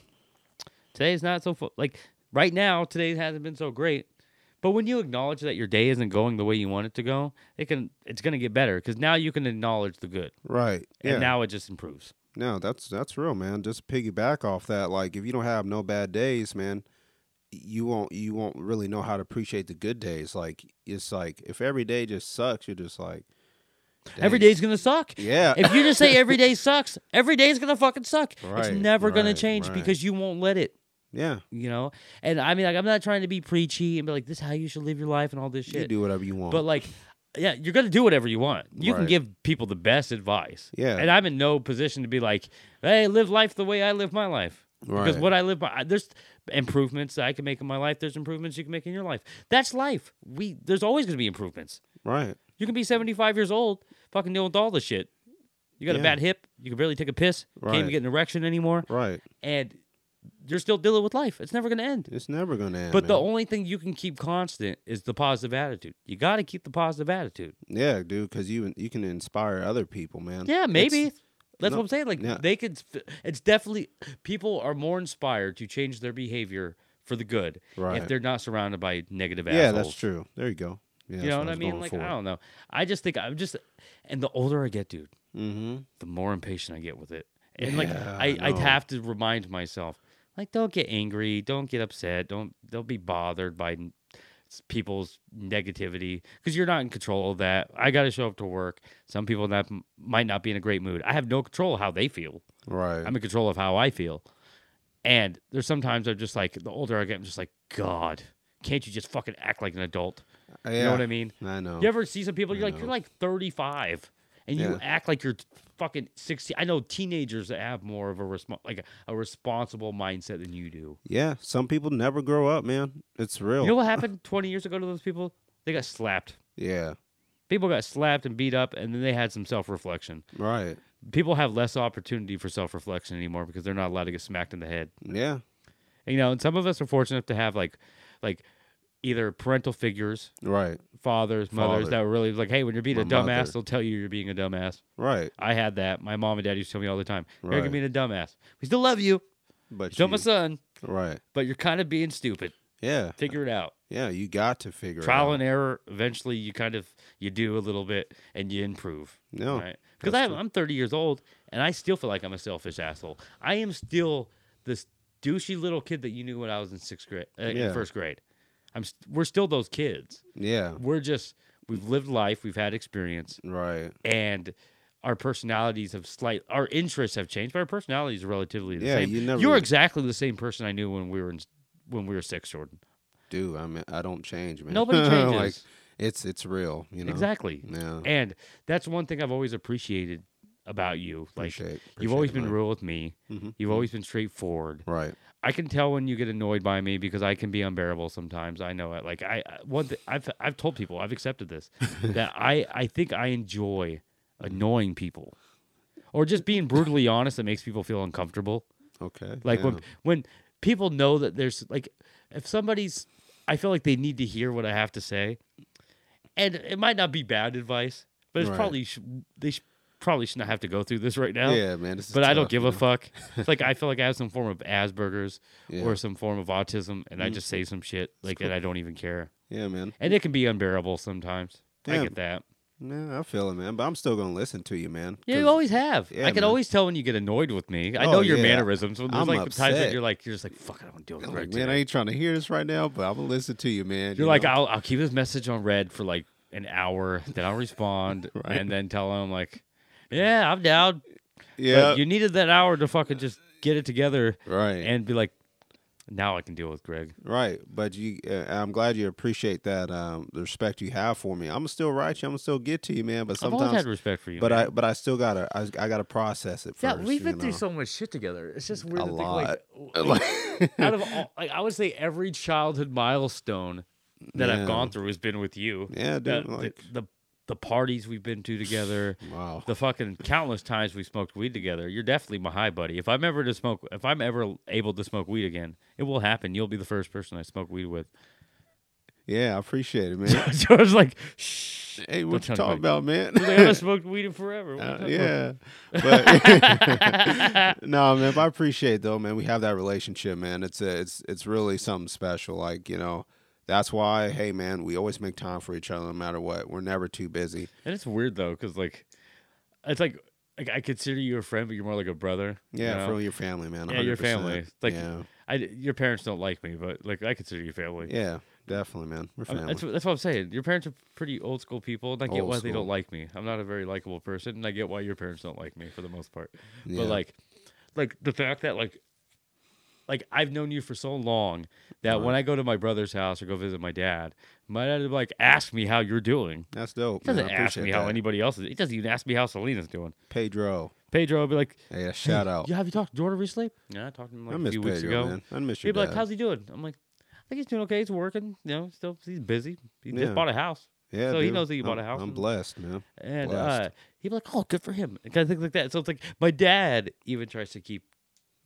S1: today's not so fu-. like right now. Today hasn't been so great. But when you acknowledge that your day isn't going the way you want it to go, it can it's gonna get better because now you can acknowledge the good,
S2: Right.
S1: and
S2: Yeah.
S1: now it just improves.
S2: No, that's that's real, man. Just piggyback off that. Like, if you don't have no bad days, man, you won't you won't really know how to appreciate the good days. Like, it's like if every day just sucks, you're just like
S1: Every
S2: "Dang."
S1: day's gonna suck.
S2: Yeah.
S1: if you just say every day sucks, every day's gonna fucking suck. it's
S2: Right,
S1: never gonna
S2: right,
S1: change
S2: right.
S1: because you won't let it.
S2: <laughs> yeah.
S1: You know, and I mean, like, I'm not trying to be preachy and be like, "This is how you should live your life" and all this
S2: You
S1: shit.
S2: do whatever you want.
S1: but like, yeah, you're gonna do whatever you want. You can
S2: Right.
S1: give people the best advice.
S2: Yeah.
S1: and I'm in no position to be like, "Hey, live life the way I live my life." Because
S2: Right.
S1: what I live by, I- there's improvements that I can make in my life. There's improvements you can make in your life. That's life. We there's always gonna be improvements.
S2: right.
S1: You can be 75 years old, fucking dealing with all this shit. You got a
S2: Yeah.
S1: bad hip. You can barely take a piss. Can't even
S2: Right.
S1: get an erection anymore.
S2: Right.
S1: And you're still dealing with life. It's never going to end.
S2: It's never gonna end.
S1: But the
S2: man.
S1: only thing you can keep constant is the positive attitude. You got to keep the positive attitude.
S2: yeah, dude, because you you can inspire other people, man.
S1: Yeah,
S2: It's-
S1: maybe. That's
S2: no,
S1: what I'm saying. Like,
S2: yeah.
S1: they could, f- it's definitely, people are more inspired to change their behavior for the good
S2: Right.
S1: if they're not surrounded by negative
S2: yeah,
S1: assholes.
S2: that's true. There you go. Yeah,
S1: You know what I mean? Like, I don't know. I just think I'm just, and the older I get, dude,
S2: Mm-hmm.
S1: the more impatient I get with it. And like
S2: Yeah,
S1: I,
S2: I
S1: I'd
S2: know.
S1: have to remind myself, like, don't get angry, don't get upset, don't don't be bothered by n- s- people's negativity because you're not in control of that. I got to show up to work. Some people that m- might not be in a great mood. I have no control of how they feel.
S2: Right.
S1: I'm in control of how I feel. And there's sometimes I'm just like, the older I get, I'm just like, God, can't you just fucking act like an adult? You know what I mean?
S2: Oh. I know.
S1: You ever see some people? You're like,
S2: know.
S1: you're like 35, and you
S2: Yeah.
S1: act like you're t- fucking 60. I know teenagers that have more of a resp- like a, a responsible mindset than you do.
S2: yeah, some people never grow up, man. It's real.
S1: You know what happened 20 years ago to those people? They got slapped.
S2: yeah,
S1: People got slapped and beat up, and then they had some self reflection.
S2: right.
S1: People have less opportunity for self reflection anymore because they're not allowed to get smacked in the head.
S2: Yeah,
S1: And, you know, and some of us are fortunate to have like, like, either parental figures,
S2: right,
S1: fathers, mothers
S2: Father.
S1: that were really like, hey, when you're being
S2: My
S1: a dumbass,
S2: mother.
S1: they'll tell you you're being a dumbass.
S2: right.
S1: I had that. My mom and dad used to tell me all the time, "You're gonna
S2: Right.
S1: be a dumbass. We still love you.
S2: But
S1: You're still my
S2: you-
S1: son,
S2: right.
S1: but you're kind of being stupid.
S2: Yeah,
S1: Figure it out.
S2: yeah. You got to Uh, figure
S1: Trial
S2: it out.
S1: and error. Eventually, you kind of you do a little bit and you improve.
S2: No,
S1: right? Because
S2: that's
S1: I'm I'm 30 years old and I still feel like I'm a selfish asshole. I am still this douchey little kid that you knew when I was in sixth grade, uh, in
S2: Yeah.
S1: first grade. I'm st- we're still those kids.
S2: Yeah,
S1: We're just we've lived life, we've had experience.
S2: right.
S1: and our personalities have slight our interests have changed, but our personalities are relatively the
S2: Yeah,
S1: same.
S2: you never-
S1: are exactly the same person I knew when we were in when we were six, Jordan.
S2: Dude, I mean, I don't change, man.
S1: Nobody changes.
S2: <laughs> like it's it's real, you know.
S1: Exactly.
S2: Yeah.
S1: And that's one thing I've always appreciated about you. Like
S2: Appreciate-
S1: you've always
S2: appreciate it,
S1: been
S2: man.
S1: real with me.
S2: Mhm.
S1: You've always been straightforward.
S2: Right.
S1: I can tell when you get annoyed by me because I can be unbearable sometimes. I know it. Like I I- one thing I've I've told people, I've accepted
S2: <laughs>
S1: this that I I think I enjoy annoying people. Or just being brutally honest that makes people feel uncomfortable.
S2: Okay.
S1: Like
S2: yeah.
S1: when when people know that there's like if somebody's I feel like they need to hear what I have to say. And it might not be bad advice, but it's
S2: Right.
S1: probably sh- they sh- probably should not have to go through this right now
S2: yeah, man. This is
S1: but I don't
S2: tough,
S1: give
S2: you
S1: a
S2: <laughs>
S1: fuck. It's like I feel like I have some form of Asperger's
S2: Yeah. Mm.
S1: or some form of autism, and I just say some shit like, and I don't even care.
S2: know? Yeah, man.
S1: And it can be unbearable sometimes. I
S2: Yeah.
S1: get that.
S2: Yeah, I feel it, man. But I'm still gonna listen to you, man.
S1: Yeah, you
S2: 'cause
S1: always have.
S2: yeah,
S1: I can
S2: man.
S1: always tell when you get annoyed with me. I
S2: Oh,
S1: know your
S2: yeah.
S1: mannerisms. When there's
S2: I'm
S1: like times that
S2: upset.
S1: you're like, you're just like, fuck, I don't do it
S2: I'm
S1: right
S2: like,
S1: today."
S2: man, I ain't trying to hear this right now, but I'm gonna listen to you, man.
S1: You're
S2: you
S1: like,
S2: know?
S1: I'll, I'll keep this message on red for like an hour, then I'll respond,
S2: <laughs> Right.
S1: and then tell him like, yeah, I'm down. but
S2: yeah,
S1: you needed that hour to fucking just get it together
S2: right,
S1: and be like, now I can deal with Greg.
S2: right. But you, uh, I'm glad you appreciate that um, the respect you have for me. I'm gonna still write you. I'm gonna still get to you, man. But
S1: I've always
S2: sometimes,
S1: had respect for you.
S2: but
S1: man.
S2: I, but I still gotta, I, I gotta process it
S3: Yeah,
S2: first.
S3: we've
S2: you
S3: been through
S2: <laughs> know?
S3: so much shit together. It's just weird
S2: a
S3: to
S2: lot.
S3: think like
S2: <laughs>
S1: <laughs>
S3: out of all, like I would say every
S1: childhood milestone that I've
S2: Yeah.
S1: gone through has been with you.
S2: Yeah,
S1: The-
S2: dude.
S1: the,
S2: Like,
S1: the the parties we've been to together,
S2: wow.
S1: the fucking countless times we smoked weed together. You're definitely my high buddy. If I'm ever to smoke, if I'm ever able to smoke weed again, it will happen. You'll be the first person I smoke weed with. <laughs>
S2: Yeah, I appreciate it, man.
S1: so I was like, shh.
S2: hey, what you
S1: tell
S2: talking about, man?
S1: I haven't smoked weed in forever. What are you
S2: <laughs> Uh,
S1: talking about?
S2: yeah, <laughs> but
S1: <laughs>
S2: no, man. But I appreciate though, man. We have that relationship, man. It's a, it's it's really something special. Like you know, that's why. Hey, man, we always make time for each other, no matter what. We're never too busy.
S1: And it's weird though, because like, it's like, like I consider you a friend, but you're more like a brother. you
S2: Yeah,
S1: know?
S2: for your family, man.
S1: Yeah, your
S2: 100%.
S1: family. Like
S2: yeah,
S1: I, your parents don't like me, but like I consider you family.
S2: yeah, definitely, man. We're
S1: I mean,
S2: family.
S1: that's what- that's what I'm saying. Your parents are pretty old school people, and I get
S2: Old
S1: why they don't
S2: school.
S1: like me. I'm not a very likable person, and I get why your parents don't like me for the most part.
S2: Yeah.
S1: But like, like the fact that like, like I've known you for so long that
S2: Uh-huh.
S1: when I go to my brother's house or go visit my dad, my dad would like ask me how you're doing.
S2: That's dope.
S1: He doesn't
S2: man. I
S1: ask me
S2: appreciate
S1: how
S2: that.
S1: anybody else is. He doesn't even ask me how Selena's doing.
S2: Pedro.
S1: Pedro would be like,
S2: Hey, a shout out.
S1: "Yeah, have you talked to Jordan recently? Yeah, I talked to him like
S2: Oh.
S1: a
S2: I miss
S1: few
S2: Pedro,
S1: weeks ago.
S2: man. I miss your
S1: He'd be like,
S2: dad.
S1: "How's he doing?" I'm like, "I think he's doing okay. He's working. You know, still he's busy. He
S2: Yeah.
S1: just bought a house."
S2: yeah,
S1: so he
S2: dude,
S1: knows that you bought
S2: I'm-
S1: a house
S2: I'm
S1: and-
S2: blessed, man.
S1: And
S2: Blessed.
S1: uh, he'd be like, "Oh, good for him," and kind of things like that. So it's like my dad even tries to keep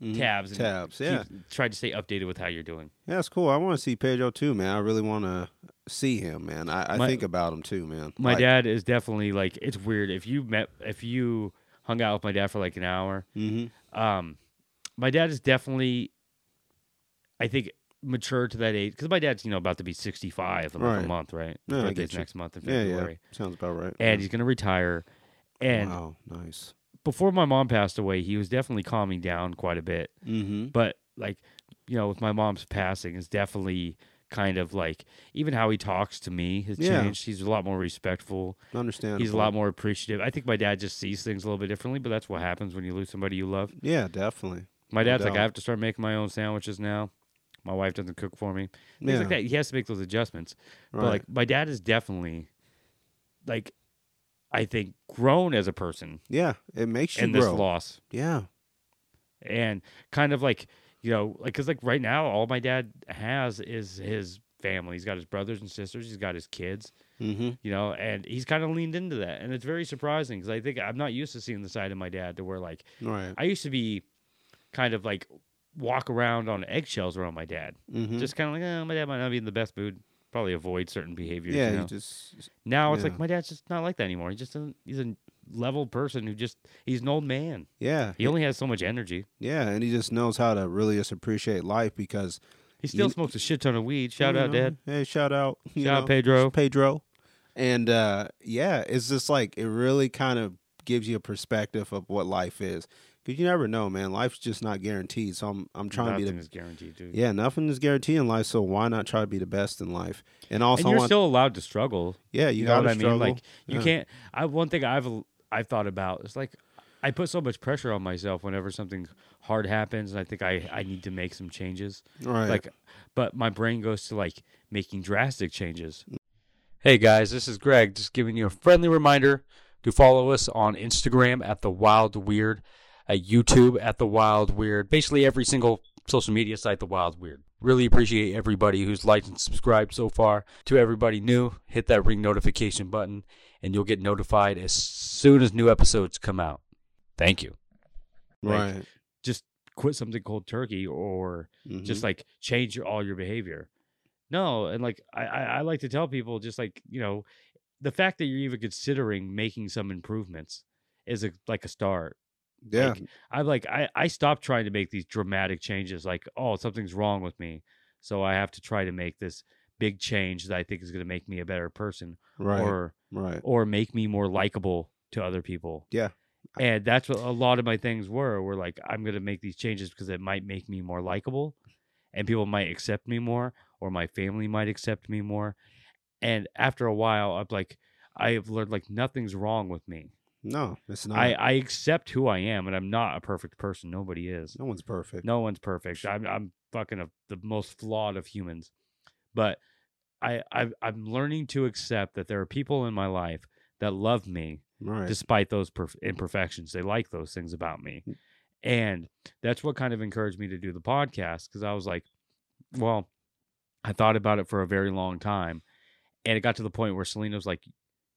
S2: Mhm.
S1: tabs, and
S2: Tabs,
S1: keep-
S2: yeah.
S1: tried to stay updated with how you're doing.
S2: Yeah, it's cool. I want to see Pedro too, man. I really want to see him, man. I, I
S1: My-
S2: think about him too, man.
S1: My
S2: Like,
S1: dad is definitely like it's weird if you met if you hung out with my dad for like an hour.
S2: mhm.
S1: Um, my dad is definitely, I think, mature to that age because my dad's you know about to be 65 in like a
S2: Right.
S1: month, right? His
S2: No, I
S1: birthday's
S2: get you.
S1: next month in
S2: Yeah,
S1: February,
S2: yeah. Sounds about right.
S1: and he's gonna retire. And
S2: wow, nice.
S1: before my mom passed away, he was definitely calming down quite a bit.
S2: Mm-hmm.
S1: but like you know with my mom's passing it's definitely kind of like even how he talks to me has
S2: Yeah.
S1: changed he's a lot more respectful
S2: Understandable.
S1: he's a lot more appreciative i think my dad just sees things a little bit differently but that's what happens when you lose somebody you love
S2: Yeah, definitely.
S1: My
S2: No
S1: dad's like, I
S2: doubt.
S1: have to start making my own sandwiches now. My wife doesn't cook for me. Things like
S2: Yeah.
S1: that. He has to make those adjustments. But
S2: Right.
S1: like my dad is definitely like I think grown as a person
S2: Yeah, it makes you
S1: in this
S2: grow.
S1: loss.
S2: Yeah,
S1: And kind of like, you know, like cuz like right now all my dad has is his family. He's got his brothers and sisters, he's got his kids,
S2: mm-hmm.
S1: you know, and he's kind of leaned into that. And it's very surprising cuz I think I'm not used to seeing the side of my dad to where like
S2: right.
S1: I used to be kind of like walk around on eggshells around my dad.
S2: Mm-hmm.
S1: Just kind of like, oh, my dad might not be in the best mood. Probably avoid certain behaviors.
S2: yeah,
S1: you
S2: you
S1: know?
S2: just
S1: now it's
S2: yeah.
S1: like my dad's just not like that anymore. He just doesn't, he's a level person who just he's an old man.
S2: yeah,
S1: He only has so much energy.
S2: yeah, and he just knows how to really just appreciate life because
S1: He still
S2: You-
S1: smokes a shit ton of weed. Shout
S2: you
S1: out,
S2: know,
S1: Dad.
S2: Hey, shout out, <laughs> you
S1: Shout out,
S2: know,
S1: Pedro.
S2: Pedro, and uh, yeah, it's just like it really kind of gives you a perspective of what life is because you never know, man. Life's just not guaranteed. So I'm I'm trying
S1: Nothing
S2: to be the
S1: is guaranteed, dude.
S2: yeah, nothing is guaranteed in life, so why not try to be the best in life? And also,
S1: and you're
S2: want-
S1: still allowed to struggle.
S2: yeah, you,
S1: You, know
S2: gotta
S1: what I mean?
S2: struggle.
S1: Like you
S2: Yeah.
S1: can't. I one thing I've I've thought about is like I put so much pressure on myself whenever something hard happens, and I think I I need to make some changes.
S2: right,
S1: like but my brain goes to like making drastic changes hey guys this is greg just giving you a friendly reminder to follow us on instagram at the wild weird at youtube at the wild weird basically every single social media site the wild weird really appreciate everybody who's liked and subscribed so far to everybody new hit that ring notification button and you'll get notified as soon as new episodes come out thank you like,
S2: right,
S1: quit something called turkey or
S2: Mhm.
S1: just like change your, all your behavior. No, and like I, I, I like to tell people, just like you know, the fact that you're even considering making some improvements is a, like a start.
S2: yeah,
S1: like, I'm like I, I stopped trying to make these dramatic changes. Like oh something's wrong with me, so I have to try to make this big change that I think is going to make me a better person
S2: right,
S1: or
S2: right.
S1: or make me more likable to other people.
S2: Yeah.
S1: And that's what a lot of my things were. Were like, I'm gonna make these changes because it might make me more likable, and people might accept me more, or my family might accept me more. And after a while, I'm like, I have learned like nothing's wrong with me.
S2: No, it's not.
S1: I I accept who I am, and I'm not a perfect person. Nobody is.
S2: no one's perfect.
S1: No one's perfect. I'm I'm fucking a, the most flawed of humans, but I I I'm learning to accept that there are people in my life that love me
S2: Right.
S1: despite those perf- imperfections. They like those things about me. And that's what kind of encouraged me to do the podcast because I was like, well, I thought about it for a very long time. And it got to the point where Selena was like,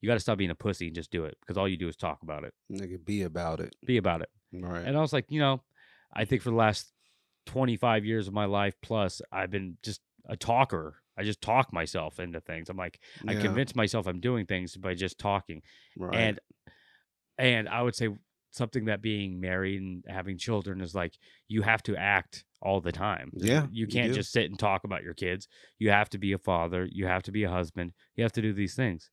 S1: you got to stop being a pussy and just do it because all you do is talk about it,
S2: Nigga, be about it.
S1: be about it.
S2: Right.
S1: And I was like, you know, I think for the last 25 years of my life plus, I've been just a talker. I just talk myself into things. I'm like, I
S2: Yeah,
S1: convince myself I'm doing things by just talking
S2: right.
S1: and and i would say something that being married and having children is like you have to act all the time There's-
S2: Yeah,
S1: you
S2: you
S1: can't
S2: do.
S1: just sit and talk about your kids you have to be a father you have to be a husband you have to do these things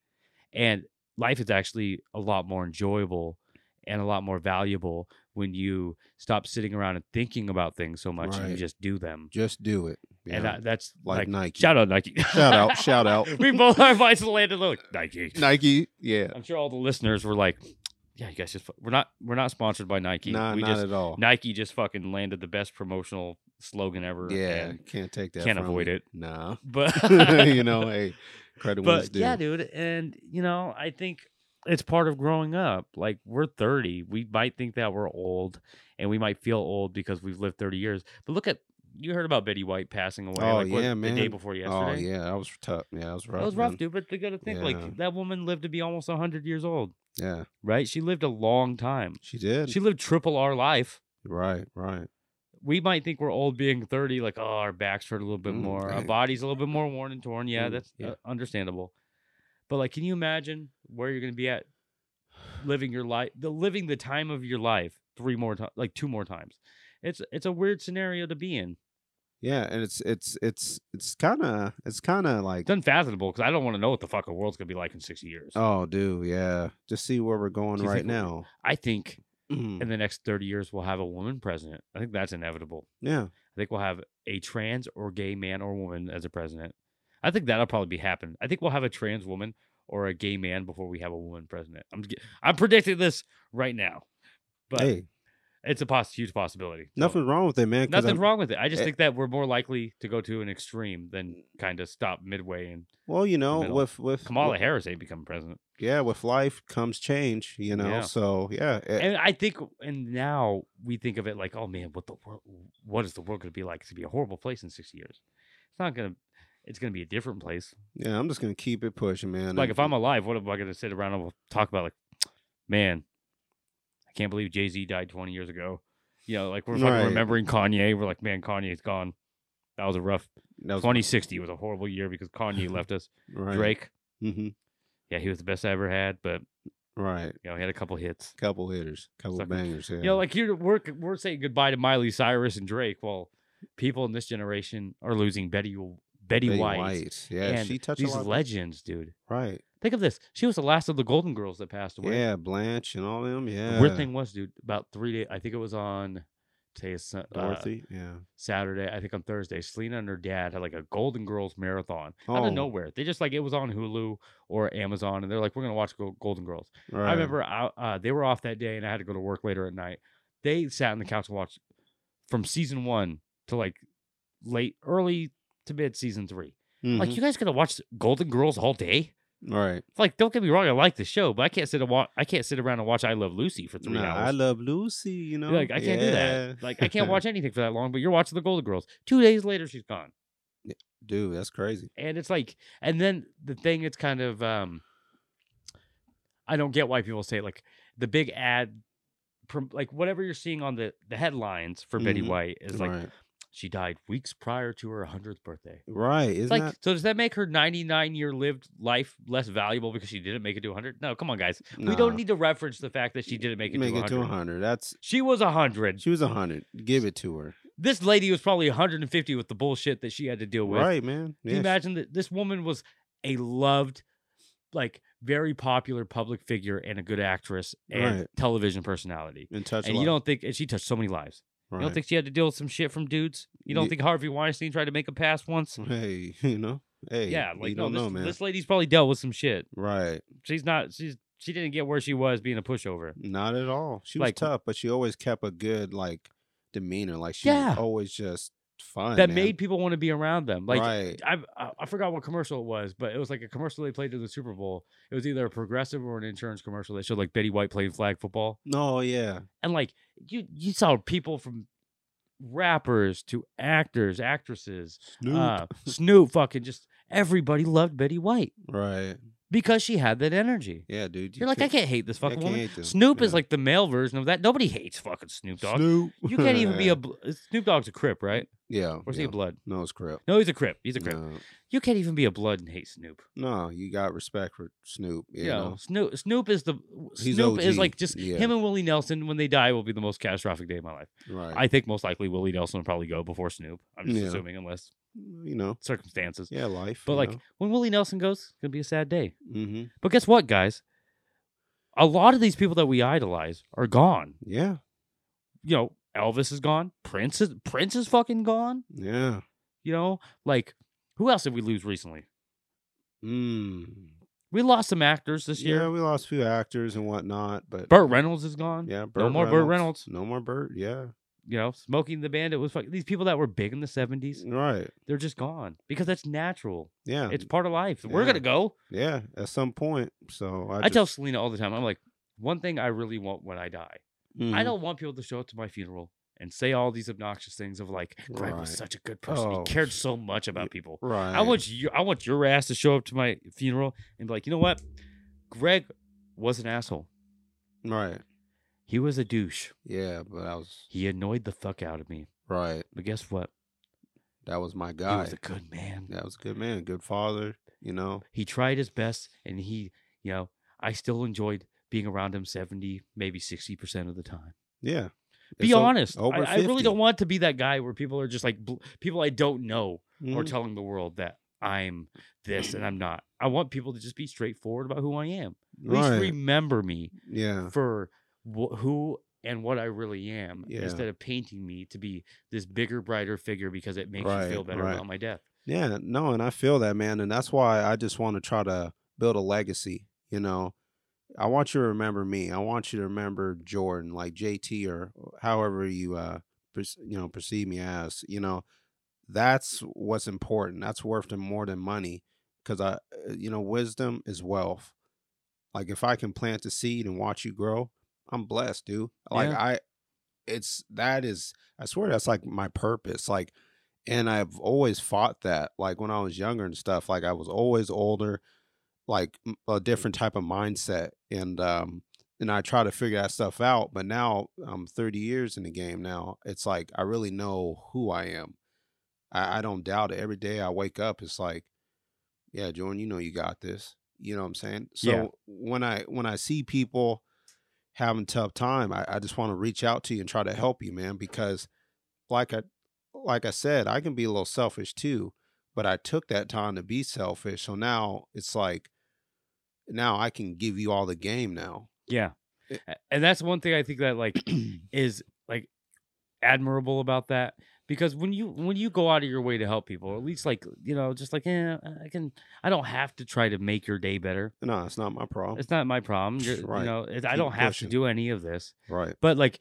S1: and life is actually a lot more enjoyable and a lot more valuable when you stop sitting around and thinking about things so much and you
S2: Right.
S1: just do them
S2: just do it. you
S1: and
S2: know,
S1: I, that's
S2: like,
S1: like,
S2: Nike. <laughs>
S1: shout out nike
S2: Shout out, shout out.
S1: <laughs> we both our voices landed like nike
S2: Nike. Yeah.
S1: I'm sure all the listeners were like, "Yeah, you guys just fu- we're not we're not sponsored by Nike.
S2: Nah,
S1: we
S2: not
S1: just
S2: at all.
S1: Nike just fucking landed the best promotional slogan ever.
S2: yeah.
S1: and-
S2: can't take that.
S1: can't
S2: from
S1: avoid
S2: me.
S1: it.
S2: Nah.
S1: <laughs> but
S2: <laughs>
S1: <laughs>
S2: you know, hey, credit when it's
S1: but
S2: due.
S1: yeah, dude, and you know, I think it's part of growing up. Like we're 30, we might think that we're old, and we might feel old because we've lived 30 years. But look at you heard about Betty White passing away.
S2: Oh,
S1: like, what,
S2: yeah,
S1: The day
S2: man.
S1: before yesterday.
S2: Oh yeah, that was tough. Yeah, that was rough.
S1: That was rough,
S2: man.
S1: dude. But you got to think
S2: Yeah.
S1: like that woman lived to be almost 100 years old,
S2: Yeah,
S1: right? She lived a long time.
S2: she did.
S1: She lived triple our life.
S2: right, right.
S1: We might think we're old being 30, like, oh, our backs hurt a little bit
S2: Mm,
S1: more. Our
S2: dang.
S1: body's a little bit more worn and torn. Yeah,
S2: Mm,
S1: that's
S2: yeah.
S1: Uh, understandable. But, like, can you imagine where you're going to be at living your life, the living the time of your life three more times, like two more times? It's it's a weird scenario to be in.
S2: Yeah, and it's it's it's it's kind of it's kind of like
S1: It's unfathomable because I don't want to know what the fuck our world's going to be like in 60 years.
S2: oh, dude, yeah. Just see where we're going
S1: Do you
S2: right
S1: think we-
S2: now.
S1: I think
S2: Mm,
S1: in the next 30 years, we'll have a woman president. I think that's inevitable.
S2: <clears throat> yeah,
S1: I think we'll have a trans or gay man or woman as a president. I think that'll probably be happen. I think we'll have a trans woman or a gay man before we have a woman president. I'm g- I'm predicting this right now, but
S2: hey,
S1: It's a poss- huge possibility. So,
S2: Nothing's wrong with it, man. 'cause
S1: Nothing's
S2: I'm-
S1: wrong with it. I just
S2: eh.
S1: think that we're more likely to go to an extreme than kind of stop midway. And
S2: Well, you know,
S1: middle.
S2: with with
S1: Kamala Harris ain't become president.
S2: yeah, with life comes change. You know,
S1: Yeah.
S2: so yeah, eh, it-
S1: And I think, and now we think of it like, oh man, what the world? What is the world going to be like? It's going to be a horrible place in six years. It's not going to. It's going to be a different place.
S2: yeah. I'm just gonna keep it pushing, man.
S1: Like if
S2: and-
S1: I'm alive, what am I going to sit around and we'll talk about? Like, man, I can't believe Jay Z died 20 years ago. You know, like we're fucking
S2: Right.
S1: remembering Kanye. We're like, man, Kanye's gone. That was a rough.
S2: that was-
S1: 2060 was a horrible year because
S2: <laughs>
S1: Kanye left us.
S2: right,
S1: Drake,
S2: hmm
S1: yeah, he was the best I ever had, but
S2: right,
S1: you know, he had a couple hits.
S2: couple hitters, couple
S1: Sucker.
S2: bangers. Yeah,
S1: You know, like you're we're we're saying goodbye to Miley Cyrus and Drake. Well, people in this generation are losing Betty Betty,
S2: Betty
S1: White.
S2: Yeah,
S1: and
S2: she touched
S1: these
S2: a lot.
S1: legends, dude.
S2: right.
S1: Think of this. She was the last of the Golden Girls that passed away.
S2: Yeah, Blanche and all them.
S1: The
S2: Yeah,
S1: weird thing was, dude, about three days. I think it was on today is Sun- uh,
S2: Dorothy. yeah.
S1: Saturday. I think on Thursday, Selena and her dad had like a Golden Girls marathon out
S2: Oh.
S1: of nowhere. They just like it was on Hulu or Amazon, and they're like, "We're gonna watch Go- Golden Girls."
S2: Right.
S1: I remember I, uh, they were off that day, and I had to go to work later at night. They sat on the couch and watched from season one to like late, early to mid season 3 Like,
S2: Mhm.
S1: you guys gonna watch Golden Girls all day?
S2: right.
S1: Like, don't get me wrong, I like the show, but I can't sit and watch. I can't sit around and watch I Love Lucy for three
S2: Nah, I
S1: hours.
S2: love Lucy. You know,
S1: like, I can't do
S2: Yeah.
S1: that. Like, I can't
S2: <laughs>
S1: watch anything for that long. But you're watching the Golden Girls. Two days later, she's gone.
S2: Dude, that's crazy.
S1: and it's like and then the thing it's kind of um i don't get why people say it, like the big ad prom- like whatever you're seeing on the the headlines for betty
S2: Mhm.
S1: white is like
S2: right.
S1: she died weeks prior to her 100th birthday
S2: right.
S1: it's
S2: Isn't
S1: like
S2: that?
S1: so does that make her 99 year lived life less valuable because she didn't make it to 100 no come on guys we don't
S2: Nah.
S1: need to reference the fact that she didn't make it,
S2: make
S1: to,
S2: it
S1: 100.
S2: to 100. That's
S1: she was 100
S2: she was 100. Give it to her.
S1: this lady was probably 150 with the bullshit that she had to deal with
S2: Right, man.
S1: Can you
S2: Yeah,
S1: imagine that this woman was a loved, like very popular public figure and a good actress and
S2: Right.
S1: television personality?
S2: in touch.
S1: and you don't think, and she touched so many lives.
S2: Right.
S1: You don't think she had to deal with some shit from dudes? You don't
S2: Ye-
S1: think Harvey Weinstein tried to make a pass once?
S2: <laughs> Hey, you know. Hey.
S1: yeah, like
S2: you
S1: no,
S2: don't
S1: this,
S2: know, man.
S1: this lady's probably dealt with some shit.
S2: Right.
S1: She's not. She's she didn't get where she was being a pushover.
S2: Not at all. She
S1: Like-
S2: was tough, but she always kept a good like demeanor. Like she
S1: Yeah.
S2: was always just fun.
S1: That
S2: man.
S1: made people want to be around them. Like
S2: right.
S1: I, I I forgot what commercial it was, but it was like a commercial they played in the Super Bowl. It was either a progressive or an insurance commercial that showed like Betty White playing flag football,
S2: No, yeah.
S1: and like you you saw people from rappers to actors, actresses,
S2: Snoop.
S1: uh, Snoop, fucking just everybody loved Betty White
S2: right.
S1: because she had that energy.
S2: Yeah, dude. you
S1: You're like, I
S2: can't-
S1: can't hate this
S2: I
S1: fucking
S2: can't
S1: woman.
S2: hate them.
S1: Snoop is
S2: Yeah.
S1: like the male version of that. Nobody hates fucking Snoop Dogg.
S2: Snoop.
S1: You can't even
S2: <laughs>
S1: be a bl- Snoop Dogg's a Crip, right?
S2: Yeah.
S1: Or is he
S2: yeah.
S1: a blood?
S2: No, it's crap.
S1: No, he's a Crip. He's a Crip.
S2: No.
S1: You can't even be a blood and hate Snoop.
S2: no, you got respect for Snoop. You
S1: Yeah,
S2: know?
S1: Snoop Snoop is the
S2: He's
S1: Snoop is
S2: OG,
S1: like just
S2: yeah.
S1: him and Willie Nelson when they die will be the most catastrophic day of my life.
S2: Right.
S1: I think most likely Willie Nelson will probably go before Snoop. I'm just
S2: Yeah.
S1: assuming unless
S2: you know.
S1: circumstances.
S2: Yeah, life.
S1: But like when Willie Nelson goes, it's gonna be a sad day.
S2: mm-hmm.
S1: But guess what, guys? A lot of these people that we idolize are gone.
S2: Yeah.
S1: You know, Elvis is gone. Prince is Prince is fucking gone.
S2: Yeah.
S1: You know, like who else did we lose recently?
S2: Mm.
S1: We lost some actors this
S2: Yeah,
S1: year.
S2: we lost a few actors and whatnot, but
S1: Burt Reynolds is gone.
S2: yeah, Burt
S1: no more Burt Reynolds.
S2: No more Burt. Yeah.
S1: you know, smoking the bandit was fucking these people that were big in the 70s,
S2: Right.
S1: they're just gone because that's natural.
S2: Yeah.
S1: It's part of life. We're
S2: yeah.
S1: going to go.
S2: yeah. At some point. So I,
S1: I,
S2: just,
S1: tell Selena all the time, I'm like, one thing I really want when I die, I
S2: Mhm.
S1: don't want people to show up to my funeral and say all these obnoxious things of like, Greg
S2: Right.
S1: was such a good person.
S2: Oh,
S1: He cared so much about people.
S2: Right.
S1: I want you, I want your ass to show up to my funeral and be like, you know what? Greg was an asshole.
S2: Right.
S1: He was a douche.
S2: Yeah, but I was
S1: He annoyed the fuck out of me.
S2: right.
S1: But guess what?
S2: That was my
S1: He
S2: guy.
S1: was a good man.
S2: that was a good man, good father. You know.
S1: he tried his best and he you know i still enjoyed being around him 70 maybe 60% of the time
S2: Yeah.
S1: be
S2: It's o-
S1: honest I,
S2: over
S1: I really
S2: 50.
S1: don't want to be that guy where people are just like bl- people i don't know are
S2: Mhm.
S1: telling the world that i'm this and i'm not i want people to just be straightforward about who i am at least
S2: Right.
S1: remember me
S2: yeah.
S1: for wh- who and what i really am
S2: Yeah.
S1: instead of painting me to be this bigger brighter figure because it makes you feel
S2: Right,
S1: better
S2: right.
S1: about my death
S2: Yeah, no, and I feel that, man, and that's why I just want to try to build a legacy, you know, I want you to remember me. I want you to remember Jordan, like JT or however you uh per- you know perceive me as. You know, that's what's important. That's worth than more than money, because I uh, you know wisdom is wealth. Like if I can plant the seed and watch you grow, I'm blessed, dude. Like
S1: Yeah.
S2: I, it's that is I swear that's like my purpose. Like, and I've always fought that. Like when I was younger and stuff. Like I was always older like m- a different type of mindset and um and I try to figure that stuff out but now I'm 30 years in the game now it's like I really know who I am I, I don't doubt it every day I wake up it's like yeah Jordan you know you got this you know what I'm saying so
S1: Yeah.
S2: when I when I see people having tough time I, I just want to reach out to you and try to help you man because like I like I said I can be a little selfish too but I took that time to be selfish so now it's like now I can give you all the game now.
S1: Yeah.
S2: It-
S1: A- And that's one thing I think that
S2: <clears throat>
S1: like is like admirable about that because when you when you go out of your way to help people, or at least like, you know, just like, yeah, I can I don't have to try to make your day better.
S2: No, it's not my problem.
S1: It's not my problem. You're,
S2: Oh, Right.
S1: You know, it, I
S2: Keep
S1: don't have to
S2: pushing.
S1: do any of this.
S2: right.
S1: But like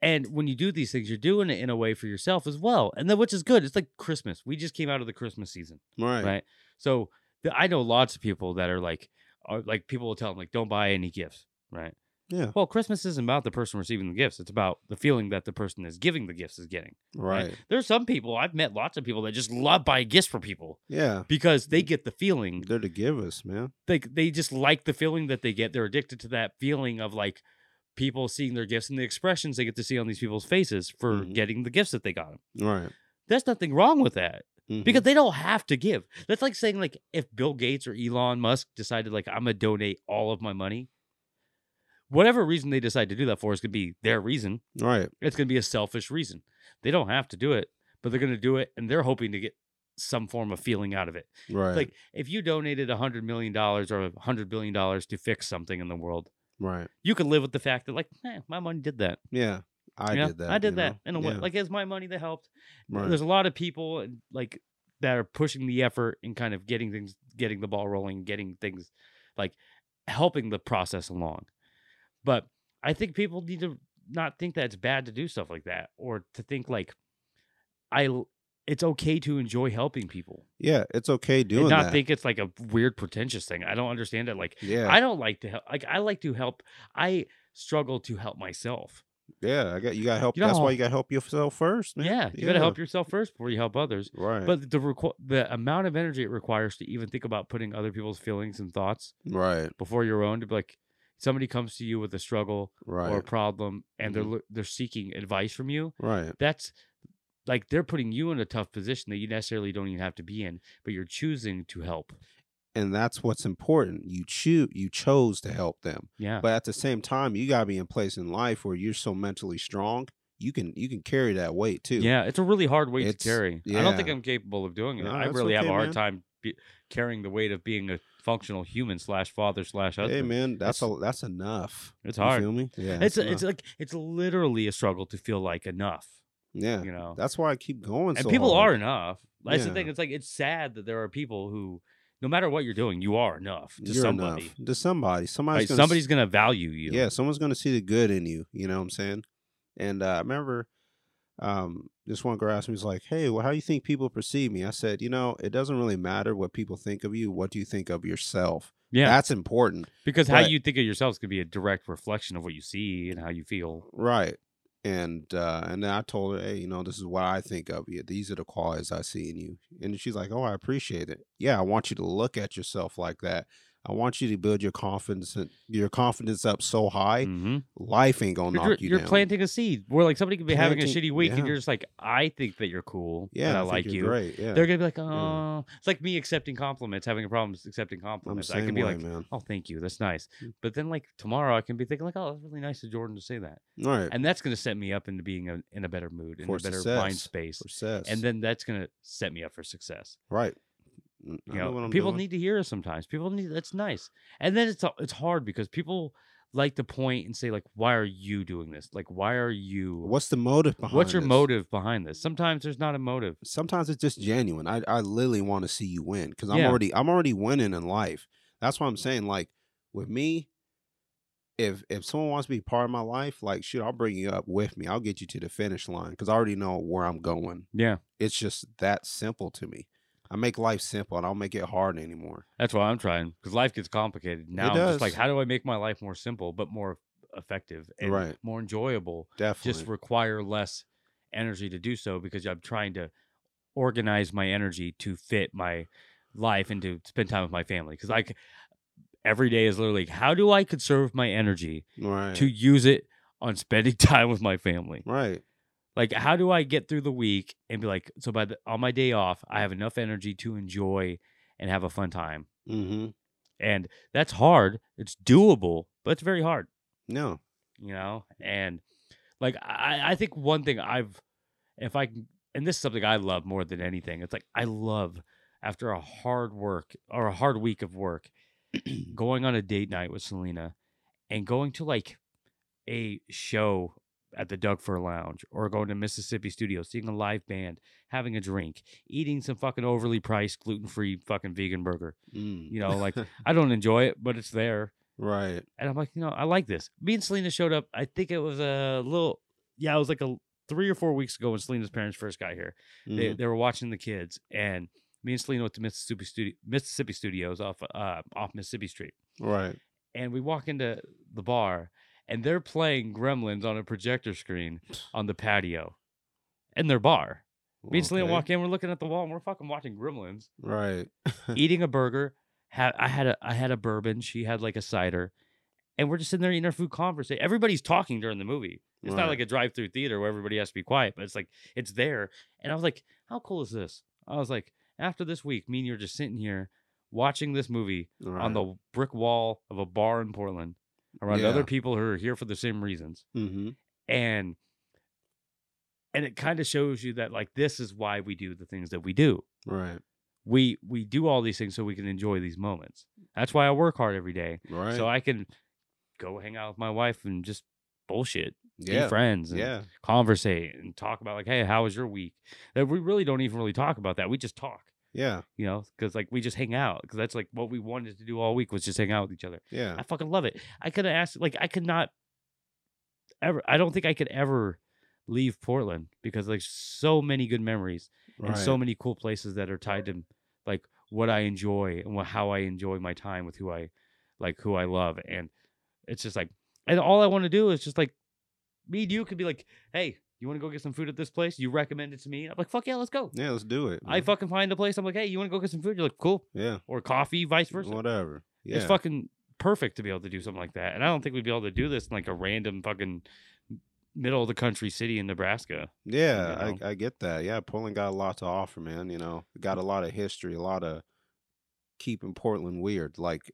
S1: and when you do these things, you're doing it in a way for yourself as well. And then which is good. It's like Christmas. We just came out of the Christmas season
S2: Right.
S1: right? So the, I know lots of people that are like, are, like people will tell them like, don't buy any gifts, right?
S2: Yeah.
S1: Well, Christmas isn't about the person receiving the gifts; it's about the feeling that the person is giving the gifts is getting.
S2: Right.
S1: There's some people I've met lots of people that just love buying gifts for people
S2: Yeah.
S1: because they get the feeling
S2: They're to give us, man.
S1: they they just like the feeling that they get. They're addicted to that feeling of like people seeing their gifts and the expressions they get to see on these people's faces for
S2: Mhm.
S1: getting the gifts that they got 'em.
S2: Right.
S1: There's nothing wrong with that
S2: Mhm.
S1: because they don't have to give. That's like saying like if Bill Gates or Elon Musk decided like I'm gonna donate all of my money, whatever reason they decide to do that for is gonna be their reason.
S2: right.
S1: It's gonna be a selfish reason. They don't have to do it, but they're gonna do it, and they're hoping to get some form of feeling out of it.
S2: Right.
S1: Like if you donated a hundred million dollars or a hundred billion dollars to fix something in the world,
S2: right.
S1: you could live with the fact that like eh, my money did that.
S2: Yeah. I
S1: you know?
S2: did that.
S1: I did
S2: you
S1: that
S2: know?
S1: in a way.
S2: Yeah.
S1: Like it's my money that helped
S2: right.
S1: there's a lot of people and, like that are pushing the effort and kind of getting things getting the ball rolling getting things like helping the process along but i think people need to not think that it's bad to do stuff like that or to think like i l- it's okay to enjoy helping people
S2: yeah. It's okay doing
S1: and not
S2: that.
S1: think it's like a weird pretentious thing i don't understand it like
S2: yeah.
S1: i don't like to help like i like to help i struggle to help myself
S2: yeah. I got you. Got help.
S1: You know
S2: That's why
S1: how-
S2: you got to help yourself first, man.
S1: yeah you gotta help yourself first before you help others
S2: Right.
S1: but the requ- the amount of energy it requires to even think about putting other people's feelings and thoughts
S2: right.
S1: before your own to be like somebody comes to you with a struggle
S2: Right. Mm-hmm.
S1: or a problem and they're lo- they're seeking advice from you
S2: right.
S1: that's like they're putting you in a tough position that you necessarily don't even have to be in but you're choosing to help
S2: And that's what's important. You choose. You chose to help them.
S1: yeah
S2: But at the same time, you gotta be in place in life where you're so mentally strong. You can you can carry that weight too.
S1: yeah it's a really hard weight
S2: It's-
S1: to carry i don't think
S2: yeah.
S1: i'm capable of doing it
S2: No,
S1: i
S2: that's
S1: really have a
S2: okay,
S1: hard
S2: man.
S1: time be- carrying the weight of being a functional human slash father slash husband
S2: Hey man, that's
S1: It's-
S2: a, that's enough.
S1: it's
S2: You
S1: hard
S2: feel me? Yeah.
S1: it's
S2: that's
S1: it's
S2: enough.
S1: like it's literally a struggle to feel like enough
S2: yeah.
S1: you know
S2: That's why I keep going.
S1: and
S2: so
S1: people
S2: hard.
S1: are enough that's
S2: Yeah.
S1: the thing it's like it's sad that there are people who no matter what you're doing you are enough to
S2: You're
S1: somebody
S2: enough. to somebody. Somebody's
S1: Like,
S2: gonna
S1: somebody's gonna value you
S2: Yeah, someone's gonna see the good in you. You know what I'm saying? And uh, I remember um, this one girl asked me, "He's like, hey, well, how do you think people perceive me?" I said, "You know, it doesn't really matter what people think of you. What do you think of yourself?
S1: Yeah,
S2: That's important,
S1: because how
S2: but-
S1: you think of yourself is gonna be a direct reflection of what you see and how you feel
S2: right?" And uh, and then I told her, "Hey, you know, this is what I think of you. These are the qualities I see in you." And she's like, "Oh, I appreciate it. Yeah, I want you to look at yourself like that." I want you to build your confidence and your confidence up so high,
S1: Mhm.
S2: life ain't gonna knock
S1: you're,
S2: you
S1: you're
S2: down.
S1: planting a seed where like somebody could be having a
S2: Planting-
S1: shitty week
S2: yeah.
S1: and you're just like i think that you're cool
S2: yeah,
S1: and i,
S2: think
S1: like
S2: you're
S1: you
S2: Great. Yeah,
S1: they're gonna be like oh
S2: Yeah.
S1: it's like me accepting compliments having a problem accepting
S2: I'm the
S1: compliments i
S2: same
S1: can be
S2: way,
S1: like
S2: man.
S1: oh thank you that's nice
S2: Mm.
S1: but then like tomorrow i can be thinking like oh that's really nice of jordan to say that
S2: All right.
S1: and that's going to set me up into being a, in a better mood in
S2: For
S1: a better mind
S2: success.
S1: space
S2: Success.
S1: and then that's going to set me up for success
S2: right. N- I
S1: you know,
S2: what I'm
S1: people
S2: doing.
S1: need to hear us sometimes people need that's nice and then it's a- it's hard because people like to point and say like why are you doing this like why are you
S2: What's the motive behind?
S1: what's your
S2: this?
S1: motive behind this sometimes there's not a motive
S2: Sometimes it's just genuine. I I literally want to see you win because I'm
S1: Yeah. Mm.
S2: already I'm already winning in life. That's what I'm saying. Like, With me, if if someone wants to be part of my life, like shoot, I'll bring you up with me. I'll get you to the finish line because I already know where I'm going.
S1: Yeah.
S2: It's just that simple to me. I make life simple and I don't make it hard anymore.
S1: That's why I'm trying because life gets complicated now. I'm just like,
S2: does.
S1: how do I make my life more simple but more effective and
S2: Right.
S1: more enjoyable?
S2: Definitely.
S1: Just require less energy to do so because I'm trying to organize my energy to fit my life and to spend time with my family. Because like every day is literally how do I conserve my energy
S2: right.
S1: to use it on spending <laughs> time with my family?
S2: right.
S1: Like, how do I get through the week and be like, so by the, on my day off, I have enough energy to enjoy and have a fun time.
S2: Mm-hmm.
S1: And that's hard. It's doable, but it's very hard,
S2: No.
S1: you know? And like, I, I think one thing I've, if I can, and this is something I love more than anything, it's like, I love after a hard work or a hard week of work, going on a date night with Selena and going to like a show at the Doug Fur Lounge or going to Mississippi Studio, seeing a live band, having a drink, eating some fucking overly priced, gluten free fucking vegan burger.
S2: Mm.
S1: You know, like I don't enjoy it, but it's there.
S2: Right.
S1: And I'm like, you know, I like this. Me and Selena showed up. I think it was a little, yeah, it was like a three or four weeks ago when Selena's parents first got here. They,
S2: Mhm.
S1: they were watching the kids, and me and Selena went to Mississippi Studio, Mississippi Studios off uh, off Mississippi Street
S2: Right.
S1: and we walk into the bar and they're playing gremlins on a projector screen on the patio in their bar. Me and Selena
S2: Okay.
S1: walk in, we're looking at the wall and we're fucking watching gremlins,
S2: Right.
S1: eating a burger. Ha- I had a I had a bourbon, she had like a cider, and we're just sitting there eating our food conversation. Everybody's talking during the movie. It's
S2: Right.
S1: not like a drive through theater where everybody has to be quiet, but it's like it's there. And I was like, how cool is this? I was like, after this week, me and you're just sitting here watching this movie
S2: right.
S1: on the brick wall of a bar in Portland around
S2: Yeah.
S1: other people who are here for the same reasons.
S2: Mm-hmm.
S1: And and it kind of shows you that like this is why we do the things that we do.
S2: Right.
S1: We we do all these things so we can enjoy these moments. That's why I work hard every day.
S2: Right.
S1: So I can go hang out with my wife and just bullshit, be
S2: yeah.
S1: friends and
S2: Yeah.
S1: conversate and talk about like, hey, how was your week? That we really don't even really talk about that. We just talk,
S2: Yeah.
S1: you know, because like we just hang out because that's like what we wanted to do all week was just hang out with each other.
S2: Yeah.
S1: I fucking love it. I could have asked, like, I could not ever. I don't think I could ever leave Portland because like so many good memories
S2: Right.
S1: and so many cool places that are tied to like what I enjoy and what, how I enjoy my time with who I like, who I love, and it's just like, and all I want to do is just like, me and you could be like, hey, you want to go get some food at this place? You recommend it to me? I'm like, fuck yeah, let's go.
S2: yeah. Let's do it.
S1: I
S2: man.
S1: fucking find a place. I'm like, hey, you want to go get some food? You're like, cool.
S2: Yeah.
S1: Or coffee, vice versa.
S2: Whatever. Yeah.
S1: It's fucking perfect to be able to do something like that. And I don't think we'd be able to do this in like a random fucking middle of the country city in Nebraska.
S2: Yeah,
S1: you know?
S2: I, I get that. Yeah, Portland got a lot to offer, man. You know, got a lot of history, a lot of keeping Portland weird. Like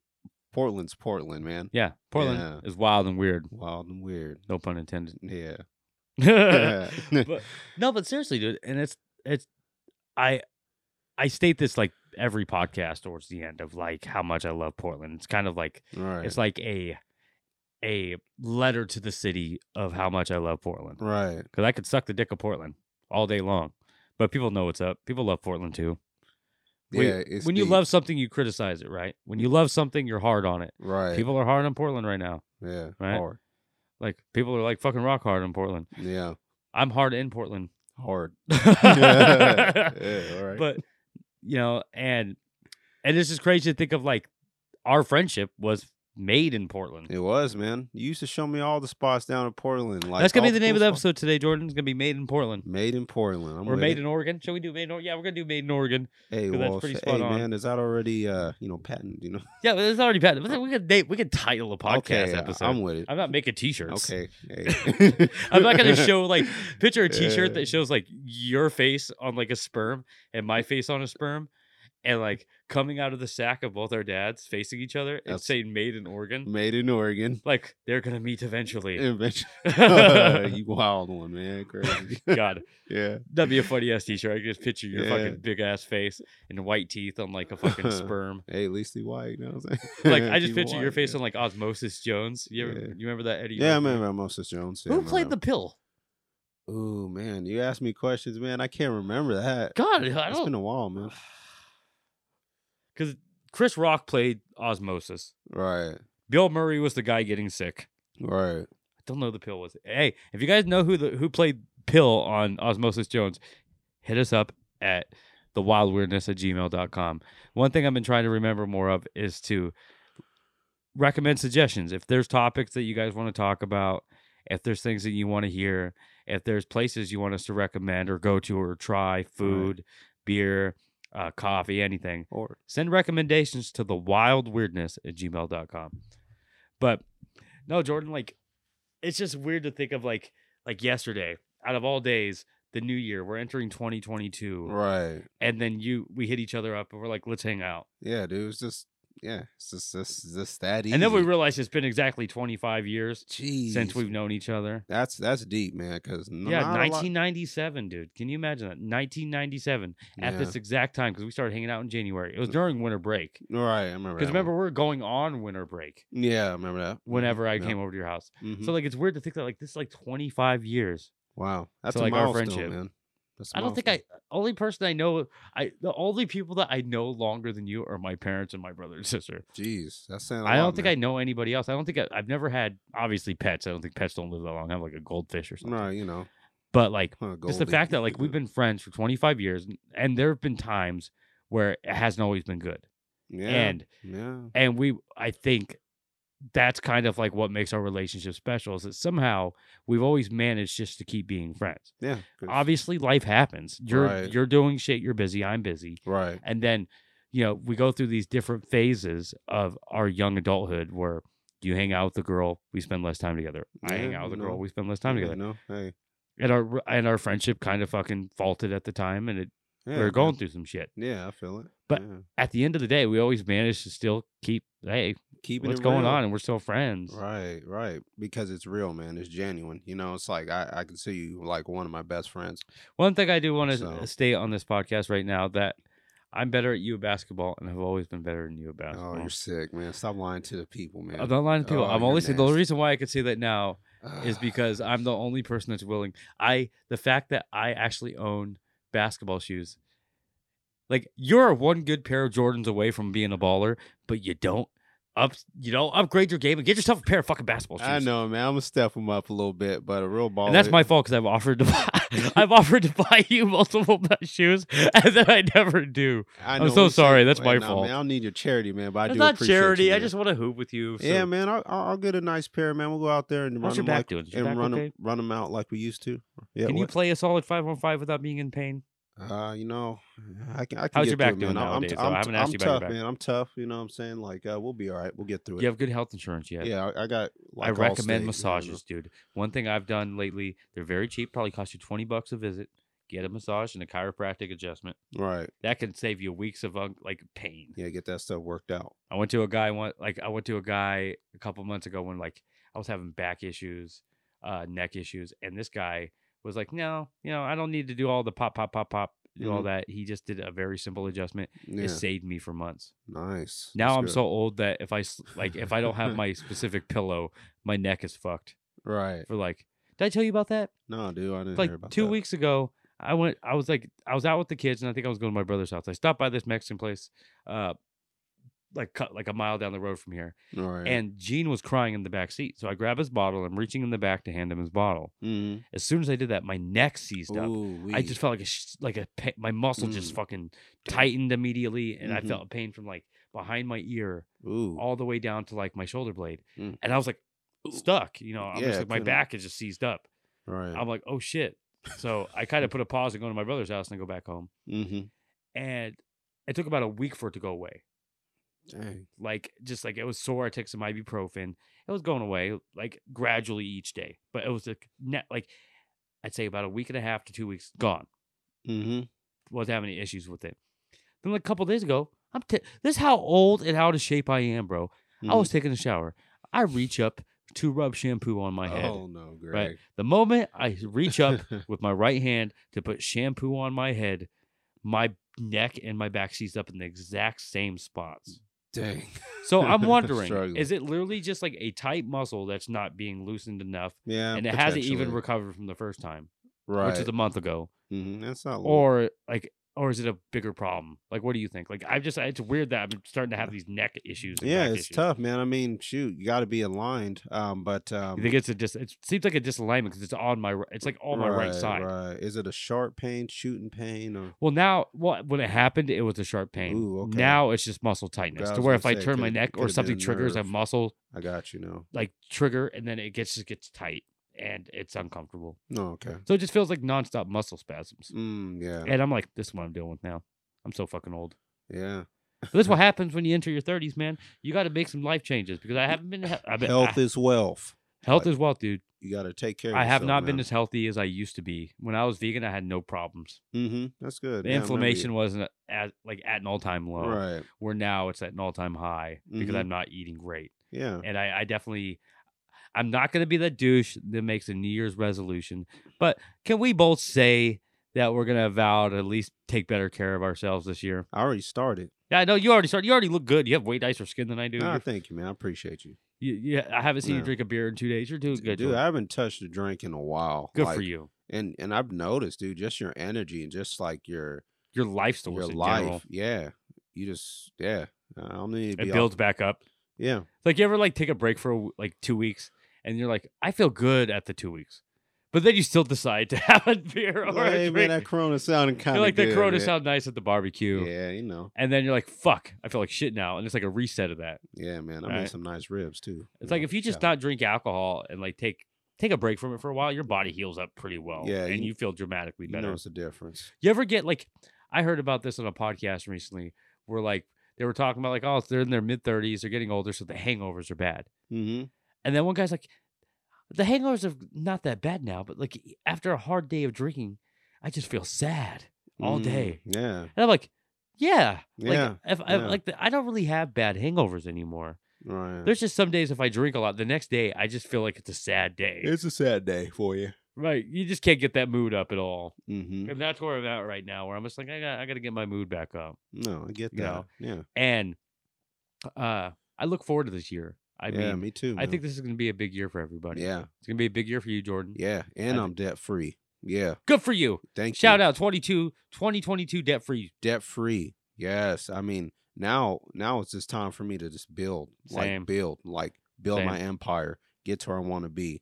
S2: Portland's Portland, man.
S1: Yeah. Portland
S2: Yeah.
S1: is wild and weird.
S2: Wild and weird.
S1: No pun intended.
S2: Yeah.
S1: <laughs> But- no, but seriously, dude, and it's it's I I state this like every podcast towards the end of like how much I love Portland. It's kind of like
S2: <laughs> right.
S1: it's like a a letter to the city of how much I love Portland.
S2: right.
S1: because I could suck the dick of Portland all day long. But people know what's up. People love Portland too. When,
S2: yeah. It's
S1: when you
S2: deep.
S1: love something, you criticize it, right? When you love something, you're hard on it.
S2: right.
S1: People are hard on Portland right now.
S2: yeah.
S1: right?
S2: Hard.
S1: Like people are like fucking rock hard on Portland.
S2: Yeah.
S1: I'm hard in Portland, <laughs>
S2: Hard. yeah.
S1: but
S2: All right.
S1: you know, and and it's just crazy to think of like our friendship was made in Portland.
S2: it was, man. You used to show me all the spots down in Portland. Like
S1: That's gonna be
S2: all
S1: the name of the
S2: cool spots.
S1: episode today, Jordan. It's gonna be made in Portland.
S2: Made in Portland. I'm
S1: We're
S2: with
S1: made
S2: it.
S1: in Oregon. Shall we do made in Oregon? Yeah, we're gonna do made in Oregon.
S2: Hey,
S1: 'cause that's
S2: well,
S1: pretty
S2: sh-
S1: spot
S2: hey,
S1: on.
S2: man, is that already uh, you know, patent, you know? <laughs>
S1: Yeah, but it's already patented. But then We could date. We could title a podcast
S2: okay,
S1: episode.
S2: I'm with it.
S1: I'm not making t-shirts.
S2: Okay. hey.
S1: <laughs> I'm not
S2: <laughs>
S1: gonna show like picture a t-shirt
S2: Yeah.
S1: that shows like your face on like a sperm and my face on a sperm and like coming out of the sack of both our dads facing each other and
S2: That's-
S1: saying made in Oregon.
S2: Made in Oregon.
S1: Like they're gonna meet eventually. <laughs>
S2: <laughs> you wild one, man. Crazy. <laughs>
S1: God.
S2: yeah.
S1: That'd be a funny ass t-shirt. I could just picture your
S2: Yeah.
S1: fucking big ass face and white teeth on like a
S2: <laughs>
S1: fucking sperm.
S2: Hey, at least he white. You know what I'm saying?
S1: Like
S2: <laughs>
S1: I just
S2: Keep it
S1: picture your
S2: white,
S1: face
S2: yeah.
S1: on like Osmosis Jones. You ever,
S2: Yeah.
S1: you remember that Eddie?
S2: Yeah, I
S1: Murphy?
S2: remember Moses Jones.
S1: Who played the pill?
S2: the? Ooh, man, you asked me questions, man. I can't remember that.
S1: God, I
S2: It's
S1: don't
S2: been a
S1: <sighs>
S2: while, man.
S1: Because Chris Rock played Osmosis,
S2: Right.
S1: Bill Murray was the guy getting sick.
S2: Right.
S1: I don't know who the pill was. Hey, if you guys know who the who played Pill on Osmosis Jones, hit us up at the wildweirdness at gmail.com. One thing I've been trying to remember more of is to recommend suggestions. If there's topics that you guys want to talk about, if there's things that you want to hear, if there's places you want us to recommend or go to or try, food, beer, uh, coffee, anything,
S2: Or
S1: send recommendations to the wildweirdness at gmail.com but no jordan like it's just weird to think of like like yesterday out of all days the new year we're entering 2022
S2: right.
S1: and then you we hit each other up and we're like let's hang out
S2: Yeah, dude. It's just yeah. It's just this just that easy.
S1: and then we realize it's been exactly 25 years
S2: Jeez.
S1: since we've known each other
S2: That's that's deep, man. Because
S1: yeah 1997 dude can you imagine that 1997 at this exact time because we started hanging out in january it was during winter break
S2: Right. I remember.
S1: because
S2: that one.
S1: remember we're going on winter break
S2: Yeah, I remember that.
S1: whenever I
S2: Mm-hmm. Yeah.
S1: came over to your house.
S2: Mhm.
S1: So like it's weird to think that like this is like 25 years.
S2: wow, that's
S1: so,
S2: a
S1: like, our
S2: milestone,
S1: friendship.
S2: man. That's a
S1: I don't think I
S2: milestone.
S1: only person I know I the only people that I know longer than you are my parents and my brother and sister.
S2: Jeez, that's saying. I
S1: I don't think I know anybody else. I don't think I, I've never had obviously pets. I don't think pets don't live that long. I have like a goldfish or something.
S2: Right, you know, <laughs>
S1: But like
S2: huh,
S1: just the
S2: Goldie.
S1: fact that like we've been friends for 25 years and- and there have been times where it hasn't always been good.
S2: <laughs> yeah,
S1: And
S2: yeah,
S1: and we i think that's kind of like what makes our relationship special is that somehow we've always managed just to keep being friends
S2: yeah, 'cause-
S1: obviously life happens you're
S2: Right.
S1: you're doing shit you're busy i'm busy
S2: right,
S1: and then you know we go through these different phases of our young adulthood where you hang out with the girl we spend less time together i hang
S2: Yeah,
S1: out with the
S2: no.
S1: girl we spend less time
S2: yeah,
S1: together
S2: No, hey,
S1: and our and our friendship kind of fucking faltered at the time and it,
S2: yeah,
S1: we were
S2: man.
S1: going through some shit
S2: Yeah, I feel it.
S1: But-
S2: yeah.
S1: at the end of the day we always managed to still keep hey
S2: keeping
S1: what's
S2: it
S1: going
S2: real.
S1: on and we're still friends
S2: Right, right, because it's real, man. It's genuine. You know, it's like I, I can see you like one of my best friends.
S1: One thing I do want to
S2: So-
S1: state on this podcast right now that I'm better at you at basketball and have always been better than you at
S2: Oh,
S1: basketball.
S2: you're sick, man. Stop lying to the people, man.
S1: I'm not lying to people.
S2: Oh,
S1: I'm
S2: you're
S1: only saying the
S2: nasty.
S1: reason why I could say that now is
S2: Ah,
S1: because I'm the only person that's willing. I the fact that I actually own basketball shoes. Like you're one good pair of Jordans away from being a baller, but you don't up you don't upgrade your game and get yourself a pair of fucking basketball shoes.
S2: I know, man. I'm gonna step them up a little bit, but a real ball.
S1: And that's my fault because I've offered to buy, <laughs> I've offered to buy you multiple <laughs> best shoes, and then I never do.
S2: I
S1: I'm
S2: know
S1: so
S2: we said-
S1: sorry, that's
S2: Hey,
S1: my
S2: nah, man,
S1: fault.
S2: I don't need your charity, man. But I
S1: it's
S2: do
S1: not
S2: appreciate you,
S1: charity. I
S2: man.
S1: just want to hoop with you. so-
S2: Yeah, man. I'll, I'll I'll get a nice pair, man. We'll go out there and
S1: How's
S2: run
S1: your
S2: them
S1: back
S2: like,
S1: doing? Is your
S2: and
S1: back
S2: run 'em-
S1: okay?
S2: run them out like we used to. Yeah.
S1: Can you
S2: what-
S1: play a solid five on five without being in pain?
S2: Uh, you know, I can. I can
S1: How's
S2: get
S1: your back
S2: through it,
S1: doing
S2: man. I'm-
S1: nowadays, though? I
S2: I'm, I'm,
S1: haven't asked
S2: I'm
S1: you about your
S2: tough,
S1: back.
S2: man. I'm tough. You know what I'm saying? Like, uh, we'll be all right. We'll get through it.
S1: You have good health insurance yet?
S2: Yeah, I, I got. Like,
S1: I
S2: Allstate,
S1: recommend
S2: you know,
S1: massages, dude. One thing I've done lately, they're very cheap. Probably cost you twenty bucks a visit. Get a massage and a chiropractic adjustment.
S2: Right.
S1: That can save you weeks of um, like pain.
S2: Yeah, get that stuff worked out.
S1: I went to a guy one like I went to a guy a couple months ago when like I was having back issues, uh, neck issues, and this guy was like, "No, you know, I don't need to do all the pop, pop, pop, pop, do all
S2: Mhm.
S1: that." He just did a very simple adjustment.
S2: Yeah.
S1: It saved me for months.
S2: nice.
S1: Now
S2: That's
S1: I'm
S2: good.
S1: so old that if I s- like if I don't
S2: <laughs>
S1: have my specific pillow, my neck is fucked.
S2: Right.
S1: For like, did I tell you about that?
S2: No, dude, I Eh, didn't hear
S1: Like
S2: about
S1: two
S2: that.
S1: weeks ago, I went. I was like, I was out with the kids, and I think I was going to my brother's house. I stopped by this Mexican place, uh, like cut like a mile down the road from here.
S2: All right.
S1: And Gene was crying in the back seat. So I grab his bottle. I'm reaching in the back to hand him his bottle.
S2: Mhm.
S1: As soon as I did that, my neck seized up.
S2: Ooh,
S1: I just felt like a sh- like a pa- my muscle just
S2: Mm.
S1: fucking tightened immediately, and I
S2: Mhm.
S1: felt pain from like behind my ear
S2: Ooh.
S1: all the way down to like my shoulder blade,
S2: Mm.
S1: and I was like
S2: Ooh.
S1: stuck. You know, I'm
S2: Yeah,
S1: just like my
S2: couldn't-
S1: back is just seized up.
S2: Right.
S1: I'm like, oh shit. So I kind of put a pause and go to my brother's house and go back home,
S2: mm-hmm.
S1: and it took about a week for it to go away
S2: Dang.
S1: like just like it was sore. I took some ibuprofen. It was going away like gradually each day, but it was like net like I'd say about a week and a half to two weeks gone.
S2: Mm-hmm.
S1: Wasn't having any issues with it. Then like a couple days ago, I'm t- this is how old and out of shape I am, bro. I
S2: Mm-hmm.
S1: was taking a shower. I reach up to rub shampoo on my head.
S2: Oh no, Greg.
S1: The moment I reach <laughs>
S2: <laughs>
S1: up with my right hand to put shampoo on my head, my neck and my back seized up in the exact same spots.
S2: Dang.
S1: So
S2: <laughs>
S1: I'm wondering,
S2: Struggling.
S1: is it literally just like a tight muscle that's not being loosened enough,
S2: Yeah.
S1: and it hasn't even
S2: potentially.
S1: recovered from the first time,
S2: right.
S1: which is a month ago,
S2: Mhm, That's not long.
S1: or like or is it a bigger problem? Like, what do you think? Like, I've just it's weird that I'm starting to have these neck issues. and
S2: yeah,
S1: back
S2: it's
S1: issues.
S2: tough, man. I mean, shoot, you got to be aligned. Um, but um,
S1: You think it's a dis? It seems like a disalignment because it's on my. ri- It's like on my right, side.
S2: Right. Is it a sharp pain, shooting pain, or
S1: Well, now well, when it happened, it was a sharp pain.
S2: Ooh, okay.
S1: Now it's just muscle tightness
S2: I
S1: to
S2: was
S1: where
S2: gonna
S1: if I
S2: say,
S1: turn my
S2: could-
S1: neck
S2: could have
S1: or
S2: been
S1: something
S2: a
S1: triggers a
S2: nerve.
S1: muscle
S2: I got you now.
S1: like trigger, and then it gets just gets tight and it's uncomfortable.
S2: No, okay.
S1: So it just feels like nonstop muscle spasms.
S2: Mm, yeah,
S1: And I'm like, this is what I'm dealing with now. I'm so fucking old.
S2: yeah.
S1: But
S2: <laughs>
S1: this is what happens when you enter your 30s, man. You got to make some life changes because I haven't been. I've been
S2: Health is wealth.
S1: health
S2: like-
S1: is wealth, dude.
S2: You got to take care. of
S1: I have
S2: yourself,
S1: not
S2: man.
S1: been as healthy as I used to be. When I was vegan, I had no problems.
S2: Mm-hmm. That's good.
S1: The
S2: Yeah, I remember you.
S1: inflammation wasn't at like at an all time low.
S2: Right.
S1: Where now it's at an all time high because
S2: Mhm.
S1: I'm not eating great,
S2: Yeah.
S1: and I, I definitely. I'm not going to be the douche that makes a New Year's resolution, but can we both say that we're going to vow to at least take better care of ourselves this year?
S2: I already started.
S1: Yeah, I know you already started. You already look good. You have way nicer skin than I do.
S2: Nah,
S1: You're-
S2: thank you, man. I appreciate you.
S1: you, you, I haven't seen you
S2: Yeah.
S1: drink a beer in two days. You're doing good,
S2: dude,
S1: Jordan.
S2: I haven't touched a drink in a while.
S1: good for
S2: like-
S1: you.
S2: And and I've noticed, dude, just your energy and just like your
S1: Your life source
S2: your
S1: in
S2: life.
S1: general.
S2: Yeah. You just yeah. I don't need to be
S1: It
S2: all-
S1: builds back up.
S2: <laughs>
S1: <laughs>
S2: Yeah.
S1: Like you ever like take a break for a w- like two weeks, and you're like, I feel good at the two weeks, but then you still decide to <laughs> have a beer or a
S2: Hey, man,
S1: drink.
S2: that Corona sounded kind
S1: you're
S2: of
S1: like
S2: good,
S1: the Corona
S2: man.
S1: sound nice at the barbecue,
S2: Yeah, you know.
S1: and then you're like, fuck, I feel like shit now, and it's like a reset of that.
S2: Yeah, man. I
S1: All
S2: made
S1: right.
S2: some nice ribs too.
S1: It's like if you just
S2: shout out.
S1: not drink alcohol and like take take a break from it for a while, your body heals up pretty well.
S2: Yeah,
S1: and
S2: you-
S1: you feel dramatically
S2: you
S1: better.
S2: know, it's a difference.
S1: You ever get like, I heard about this on a podcast recently where like they were talking about like, oh, they're in their mid 30s, they're getting older, so the hangovers are bad.
S2: Mm-hmm.
S1: And then one guy's like, the hangovers are not that bad now, but like e, after a hard day of drinking, I just feel sad all day.
S2: mm-hmm, Yeah.
S1: And I'm like, yeah,
S2: Yeah,
S1: like if I
S2: yeah.
S1: like the, I don't really have bad hangovers anymore.
S2: Right.
S1: There's just some days if I drink a lot, the next day I just feel like it's a sad day.
S2: it's a sad day for you.
S1: right, you just can't get that mood up at all,
S2: Mm-hmm.
S1: and that's where I'm at right now, where I'm just like I got I got to get my mood back up.
S2: No, I get that.
S1: You know,
S2: yeah.
S1: and uh I look forward to this year. I
S2: yeah,
S1: mean,
S2: me too.
S1: I
S2: man.
S1: think this is going to be a big year for everybody.
S2: Yeah.
S1: It's going to be a big year for you, Jordan.
S2: Yeah. And
S1: I
S2: I'm debt free. Yeah.
S1: Good for you.
S2: Thank you.
S1: Shout out 22 2022 debt free.
S2: debt free. Yes, I mean now now it's just time for me to just build,
S1: Same.
S2: like build, like build
S1: Same.
S2: my empire, get to where I want to be,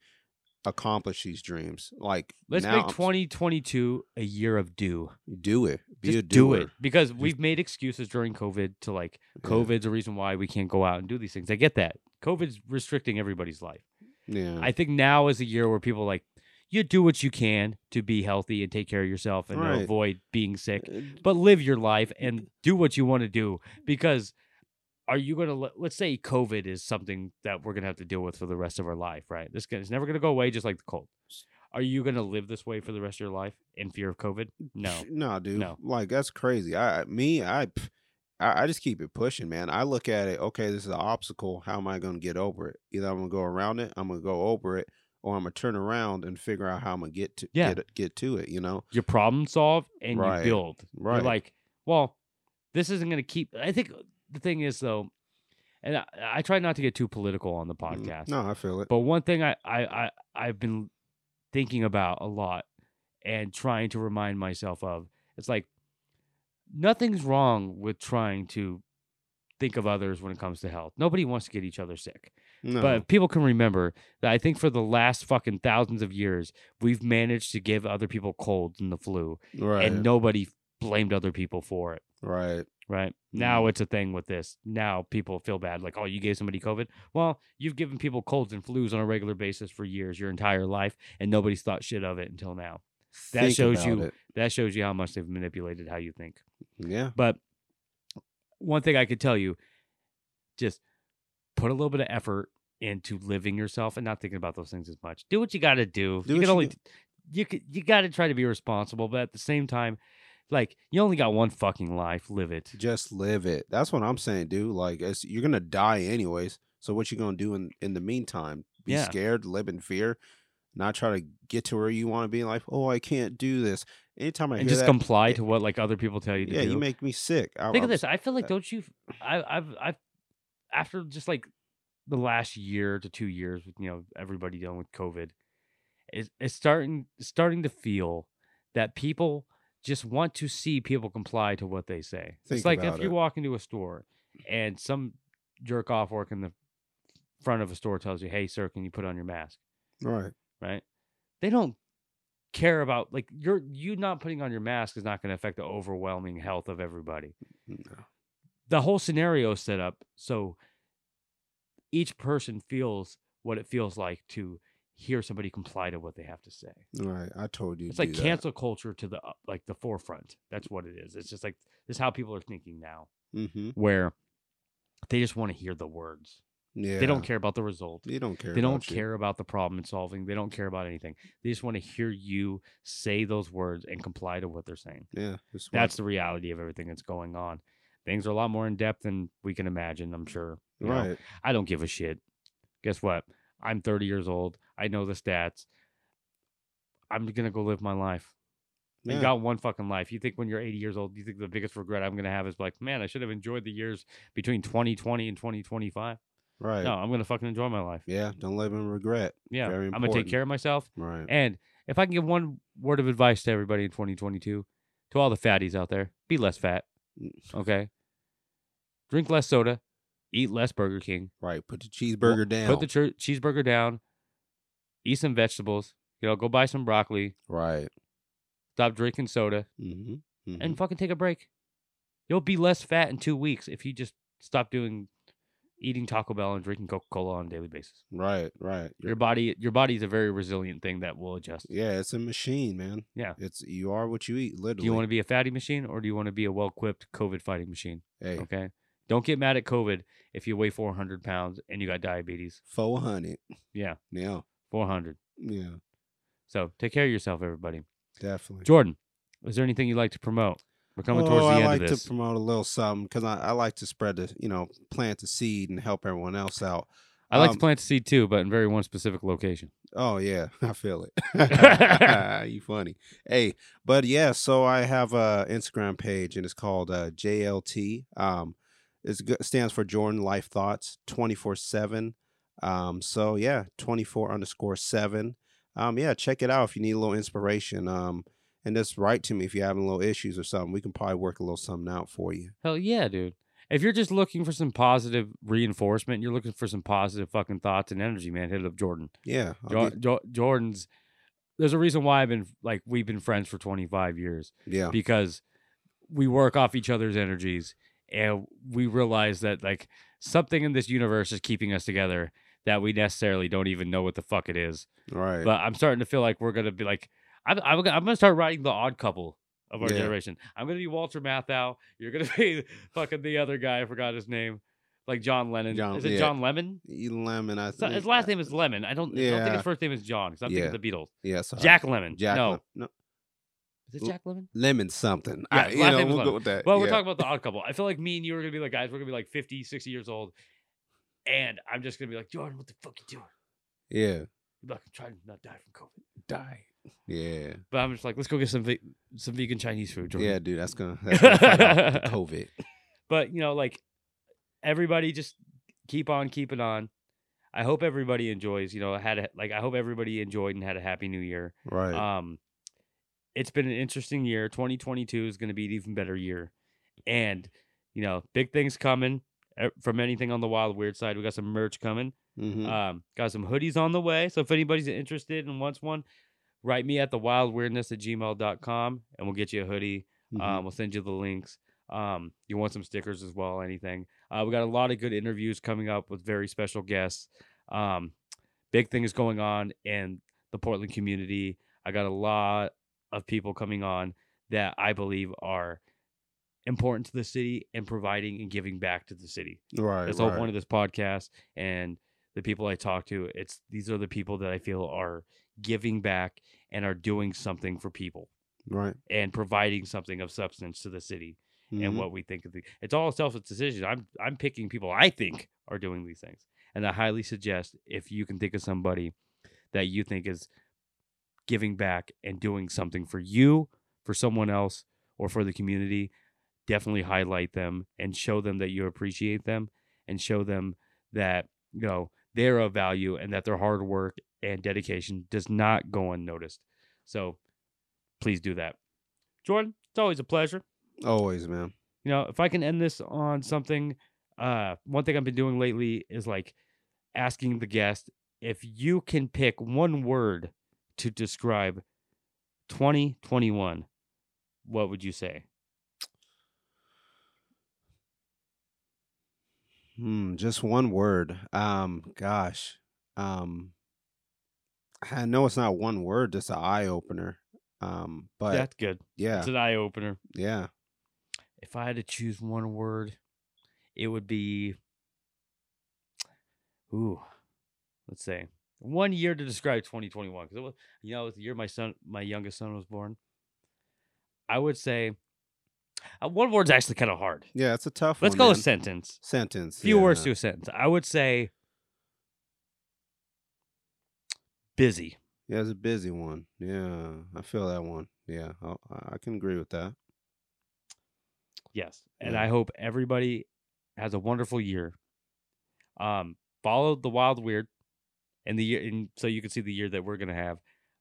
S2: accomplish these dreams. Like
S1: Let's
S2: now
S1: make
S2: I'm-
S1: 2022 a year of do.
S2: Do it. Be
S1: Just
S2: a
S1: do
S2: doer.
S1: it because we've made excuses during COVID to like
S2: Yeah.
S1: COVID's a reason why we can't go out and do these things. I get that. COVID's restricting everybody's life.
S2: Yeah. Uh,
S1: I think now is a year where people like you do what you can to be healthy and take care of yourself and to
S2: Right.
S1: avoid being sick.
S2: Uh,
S1: but live your life
S2: Mm-hmm.
S1: and do what you want to do because are you going to let, let's say covid is something that we're going to have to deal with for the rest of our life right this is never going to go away just like the cold are you going to live this way for the rest of your life in fear of covid
S2: <laughs>
S1: no
S2: No, dude.
S1: No.
S2: Like that's crazy. I I- me, I pff, I I just keep it pushing, man. I look at it, okay, this is an obstacle. How am I gonna get over it? Either I'm gonna go around it, I'm gonna go over it, or I'm gonna turn around and figure out how I'm gonna get to
S1: Yeah.
S2: get get to it, you know?
S1: you problem solve and
S2: Right,
S1: you build
S2: right.
S1: you're like well this isn't going to keep i think the thing is though and I, I try not to get too political on the
S2: Mm,
S1: podcast
S2: No, I feel it.
S1: But one thing I, I, I I've been thinking about a lot and trying to remind myself of it's like nothing's wrong with trying to think of others when it comes to health. Nobody wants to get each other sick.
S2: No.
S1: But if people can remember that I think for the last fucking thousands of years, we've managed to give other people colds and the flu
S2: right.
S1: and nobody blamed other people for it.
S2: Right.
S1: Right.
S2: Mm-hmm.
S1: Now it's a thing with this. Now people feel bad. Like, oh, you gave somebody COVID. Well, you've given people colds and flus on a regular basis for years, your entire life, and nobody's thought shit of it until now. That
S2: Think
S1: shows
S2: about
S1: you-
S2: it.
S1: That shows you how much they've manipulated how you think.
S2: Yeah.
S1: But one thing I could tell you just put a little bit of effort into living yourself and not thinking about those things as much. Do what you got to do.
S2: Do
S1: you
S2: what
S1: can
S2: you
S1: only
S2: do.
S1: you can, you got to try to be responsible, but at the same time, like you only got one fucking life, live it.
S2: Just live it. That's what I'm saying, dude. Like it's, you're gonna die anyways. So what you gonna do in in the meantime? Be
S1: Yeah.
S2: scared, live in fear, not try to get to where you want to be in life. Oh, I can't do this. Anytime I
S1: and
S2: hear
S1: just
S2: that,
S1: comply
S2: it-
S1: to what like other people tell you to
S2: yeah,
S1: do.
S2: you make me sick. I,
S1: Think
S2: I'm
S1: of this.
S2: s-
S1: I feel like don't you? I, I've I've after just like the last year to two years with you know everybody dealing with COVID, it's, it's starting it's starting to feel that people just want to see people comply to what they say.
S2: Think
S1: it's like if
S2: about
S1: you
S2: it.
S1: walk into a store and some jerk off working the front of a store tells you, "Hey, sir, can you put on your mask?"
S2: Right.
S1: Right? They don't care about like you're you not putting on your mask is not going to affect the overwhelming health of everybody
S2: No.
S1: the whole scenario is set up so each person feels what it feels like to hear somebody comply to what they have to say.
S2: Right. I told you.
S1: It's
S2: to
S1: like
S2: do that.
S1: cancel culture to the up- like the forefront. That's what it is. It's just like this is how people are thinking now,
S2: Mhm.
S1: where they just want to hear the words.
S2: Yeah.
S1: They don't care about the result.
S2: They don't care.
S1: They don't
S2: about you.
S1: care about the problem it's solving. They don't care about anything. They just want to hear you say those words and comply to what they're saying.
S2: Yeah. it's what-
S1: That's the reality of everything that's going on. Things are a lot more in depth than we can imagine, I'm sure. you know?
S2: right.
S1: I don't give a shit. Guess what? I'm 30 years old. I know the stats. I'm gonna go live my life.
S2: Yeah.
S1: You got one fucking life. You think when you're 80 years old, you think the biggest regret I'm gonna have is like, man, I should have enjoyed the years between 2020 and 2025.
S2: right.
S1: No, I'm gonna fucking enjoy my life.
S2: Yeah. Don't live in regret.
S1: Yeah,
S2: Very
S1: I'm gonna take
S2: important.
S1: care of myself.
S2: Right.
S1: And if I can give one word of advice to everybody in 2022, to all the fatties out there, be less fat. Okay. Drink less soda. Eat less Burger King.
S2: right. Put the cheeseburger down.
S1: Put the chur- cheeseburger down. Eat some vegetables. You know, go buy some broccoli.
S2: right.
S1: Stop drinking soda
S2: Mm-hmm.
S1: and fucking take a break. You'll be less fat in two weeks if you just stop doing eating Taco Bell and drinking Coca Cola on a daily basis.
S2: right. Right.
S1: Your body, your body is a very resilient thing that will adjust.
S2: Yeah, it's a machine, man.
S1: Yeah.
S2: It's you are what you eat, literally.
S1: Do you want to be a fatty machine or do you want to be a well-equipped COVID fighting machine?
S2: hey,
S1: Okay. Don't get mad at COVID if you weigh 400 pounds and you got diabetes.
S2: four hundred.
S1: Yeah,
S2: Yeah.
S1: 400.
S2: Yeah.
S1: So take care of yourself, everybody.
S2: Definitely.
S1: Jordan, is there anything you'd like to promote? We're coming towards
S2: Oh,
S1: the
S2: I
S1: end
S2: like
S1: of this.
S2: to promote a little something because I, I like to spread the you know plant the seed and help everyone else out.
S1: I like to
S2: um,
S1: plant seed too, but in very one specific location.
S2: Oh yeah, <laughs> I feel
S1: <laughs>
S2: it. <laughs> you funny. Hey, but yeah, so I have a Instagram page and it's called uh, JLT. Um, it's go- stands for Jordan Life Thoughts twenty four seven. Um, so yeah, twenty four underscore seven. Um, yeah, check it out if you need a little inspiration. Um, and just write to me if you're having little issues or something. We can probably work a little something out for you.
S1: Hell yeah, dude. If you're just looking for some positive reinforcement, you're looking for some positive fucking thoughts and energy, man, hit up Jordan.
S2: Yeah, I'll
S1: Jo-
S2: be-
S1: Jo- Jordan's, there's a reason why I've been like, we've been friends for 25 years
S2: yeah,
S1: because we work off each other's energies and we realize that like something in this universe is keeping us together that we necessarily don't even know what the fuck it is.
S2: right.
S1: but I'm starting to feel like we're gonna be like I'm I'm, gonna- I'm gonna start writing the odd couple of our
S2: Yeah.
S1: generation. I'm gonna be Walter Matthau. You're gonna <laughs> be fucking the other guy. I forgot his name, like John Lennon.
S2: John-
S1: is it
S2: yeah.
S1: John Lemon?
S2: E. Lemon, I
S1: So-
S2: think.
S1: his last name is Lemon. I don't. I don't think
S2: Yeah.
S1: his first name is John. Because I'm
S2: Yeah.
S1: thinking of the Beatles.
S2: Yeah, sorry.
S1: Jack Lemon.
S2: Jack.
S1: no,
S2: Lem- no,
S1: is it Jack Lemon?
S2: lemon something.
S1: Yeah,
S2: I,
S1: his
S2: you
S1: last
S2: know,
S1: name is
S2: we'll
S1: Lemon.
S2: go with that.
S1: Well, we're
S2: yeah.
S1: talking about the odd couple. I feel like me and you are gonna be like guys. We're gonna be like 50, 60 years old, and I'm just gonna be like Jordan. What the fuck you doing?
S2: Yeah.
S1: You're like trying to not die from COVID.
S2: Die. Yeah.
S1: But I'm just like, let's go get some ve- some vegan Chinese food, Jordan.
S2: Yeah, dude, that's gonna, that's gonna fight off
S1: <laughs>
S2: <laughs> the COVID.
S1: but you know like everybody just keep on keeping on i hope everybody enjoys you know had a, like i hope everybody enjoyed and had a happy new year
S2: Right.
S1: um it's been an interesting year 2022 is going to be an even better year and you know big things coming eh, from anything on the wild weird side we got some merch coming
S2: Mhm.
S1: um, got some hoodies on the way. So if anybody's interested and wants one, write me at the wildweirdness at gmail.com and we'll get you a hoodie.
S2: Mhm.
S1: Um, we'll send you the links. Um, you want some stickers as well, anything. Uh, we got a lot of good interviews coming up with very special guests. Um, big things going on in the Portland community. I got a lot of people coming on that I believe are important to the city and providing and giving back to the city.
S2: right.
S1: That's the
S2: right.
S1: whole point of this podcast and the people I talk to. It's these are the people that I feel are giving back and are doing something for people
S2: right.
S1: and providing something of substance to the city
S2: Mhm.
S1: and what we think of the it's all self decision. I'm I'm picking people I think are doing these things. And I highly suggest if you can think of somebody that you think is giving back and doing something for you, for someone else, or for the community, definitely highlight them and show them that you appreciate them and show them that, you know, they're of value and that their hard work and dedication does not go unnoticed. So please do that. Jordan, it's always a pleasure.
S2: Always, man.
S1: You know, if I can end this on something, uh, one thing I've been doing lately is like asking the guest if you can pick one word to describe 2021, what would you say?
S2: Hmm, just one word. Um, gosh. Um, I know it's not one word, just an eye opener. Um, but
S1: That's good.
S2: yeah,
S1: It's an eye opener.
S2: yeah.
S1: if I had to choose one word, it would be ooh, let's say one year to describe 2021 because it was you know it was the year my son my youngest son was born. I would say uh, one word's actually kind of hard.
S2: Yeah, it's a tough
S1: Let's
S2: one.
S1: go
S2: man.
S1: a sentence.
S2: sentence.
S1: Few words to
S2: yeah.
S1: a sentence. I would say busy.
S2: Yeah, it's a busy one. Yeah, I feel that one. Yeah, I, I can agree with that.
S1: Yes. And
S2: Yeah.
S1: I hope everybody has a wonderful year. Um, follow the wild weird and the year and so you can see the year that we're gonna have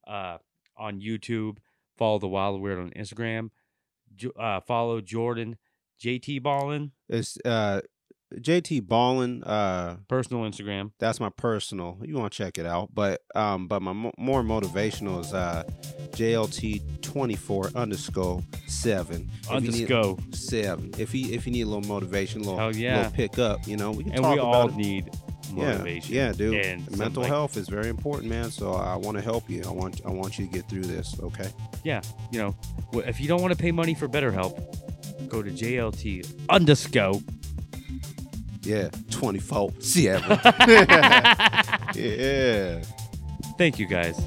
S1: uh on YouTube. Follow the wild weird on Instagram. Jo- uh, follow Jordan JT Ballin,
S2: It's uh, JT Ballin. Uh,
S1: personal Instagram.
S2: that's my personal. You want to check it out, but um, but my mo- more motivational is uh, JLT twenty four underscore seven If you need-
S1: Underscore.
S2: seven. If you if you need a little motivation, a little,
S1: Hell yeah.
S2: little pick up, you know, we can
S1: And
S2: talk
S1: we
S2: about
S1: all
S2: it.
S1: need
S2: Yeah,
S1: motivation.
S2: Yeah, dude.
S1: And some,
S2: Mental
S1: like,
S2: health is very important, man. So I want to help you. I want I want you to get through this. Okay.
S1: You know, wh- if you don't want to pay money for BetterHelp, go to JLT
S2: <laughs>
S1: underscore. <laughs>
S2: Yeah. Twenty four
S1: <laughs>
S2: seven. yeah.
S1: Thank you guys.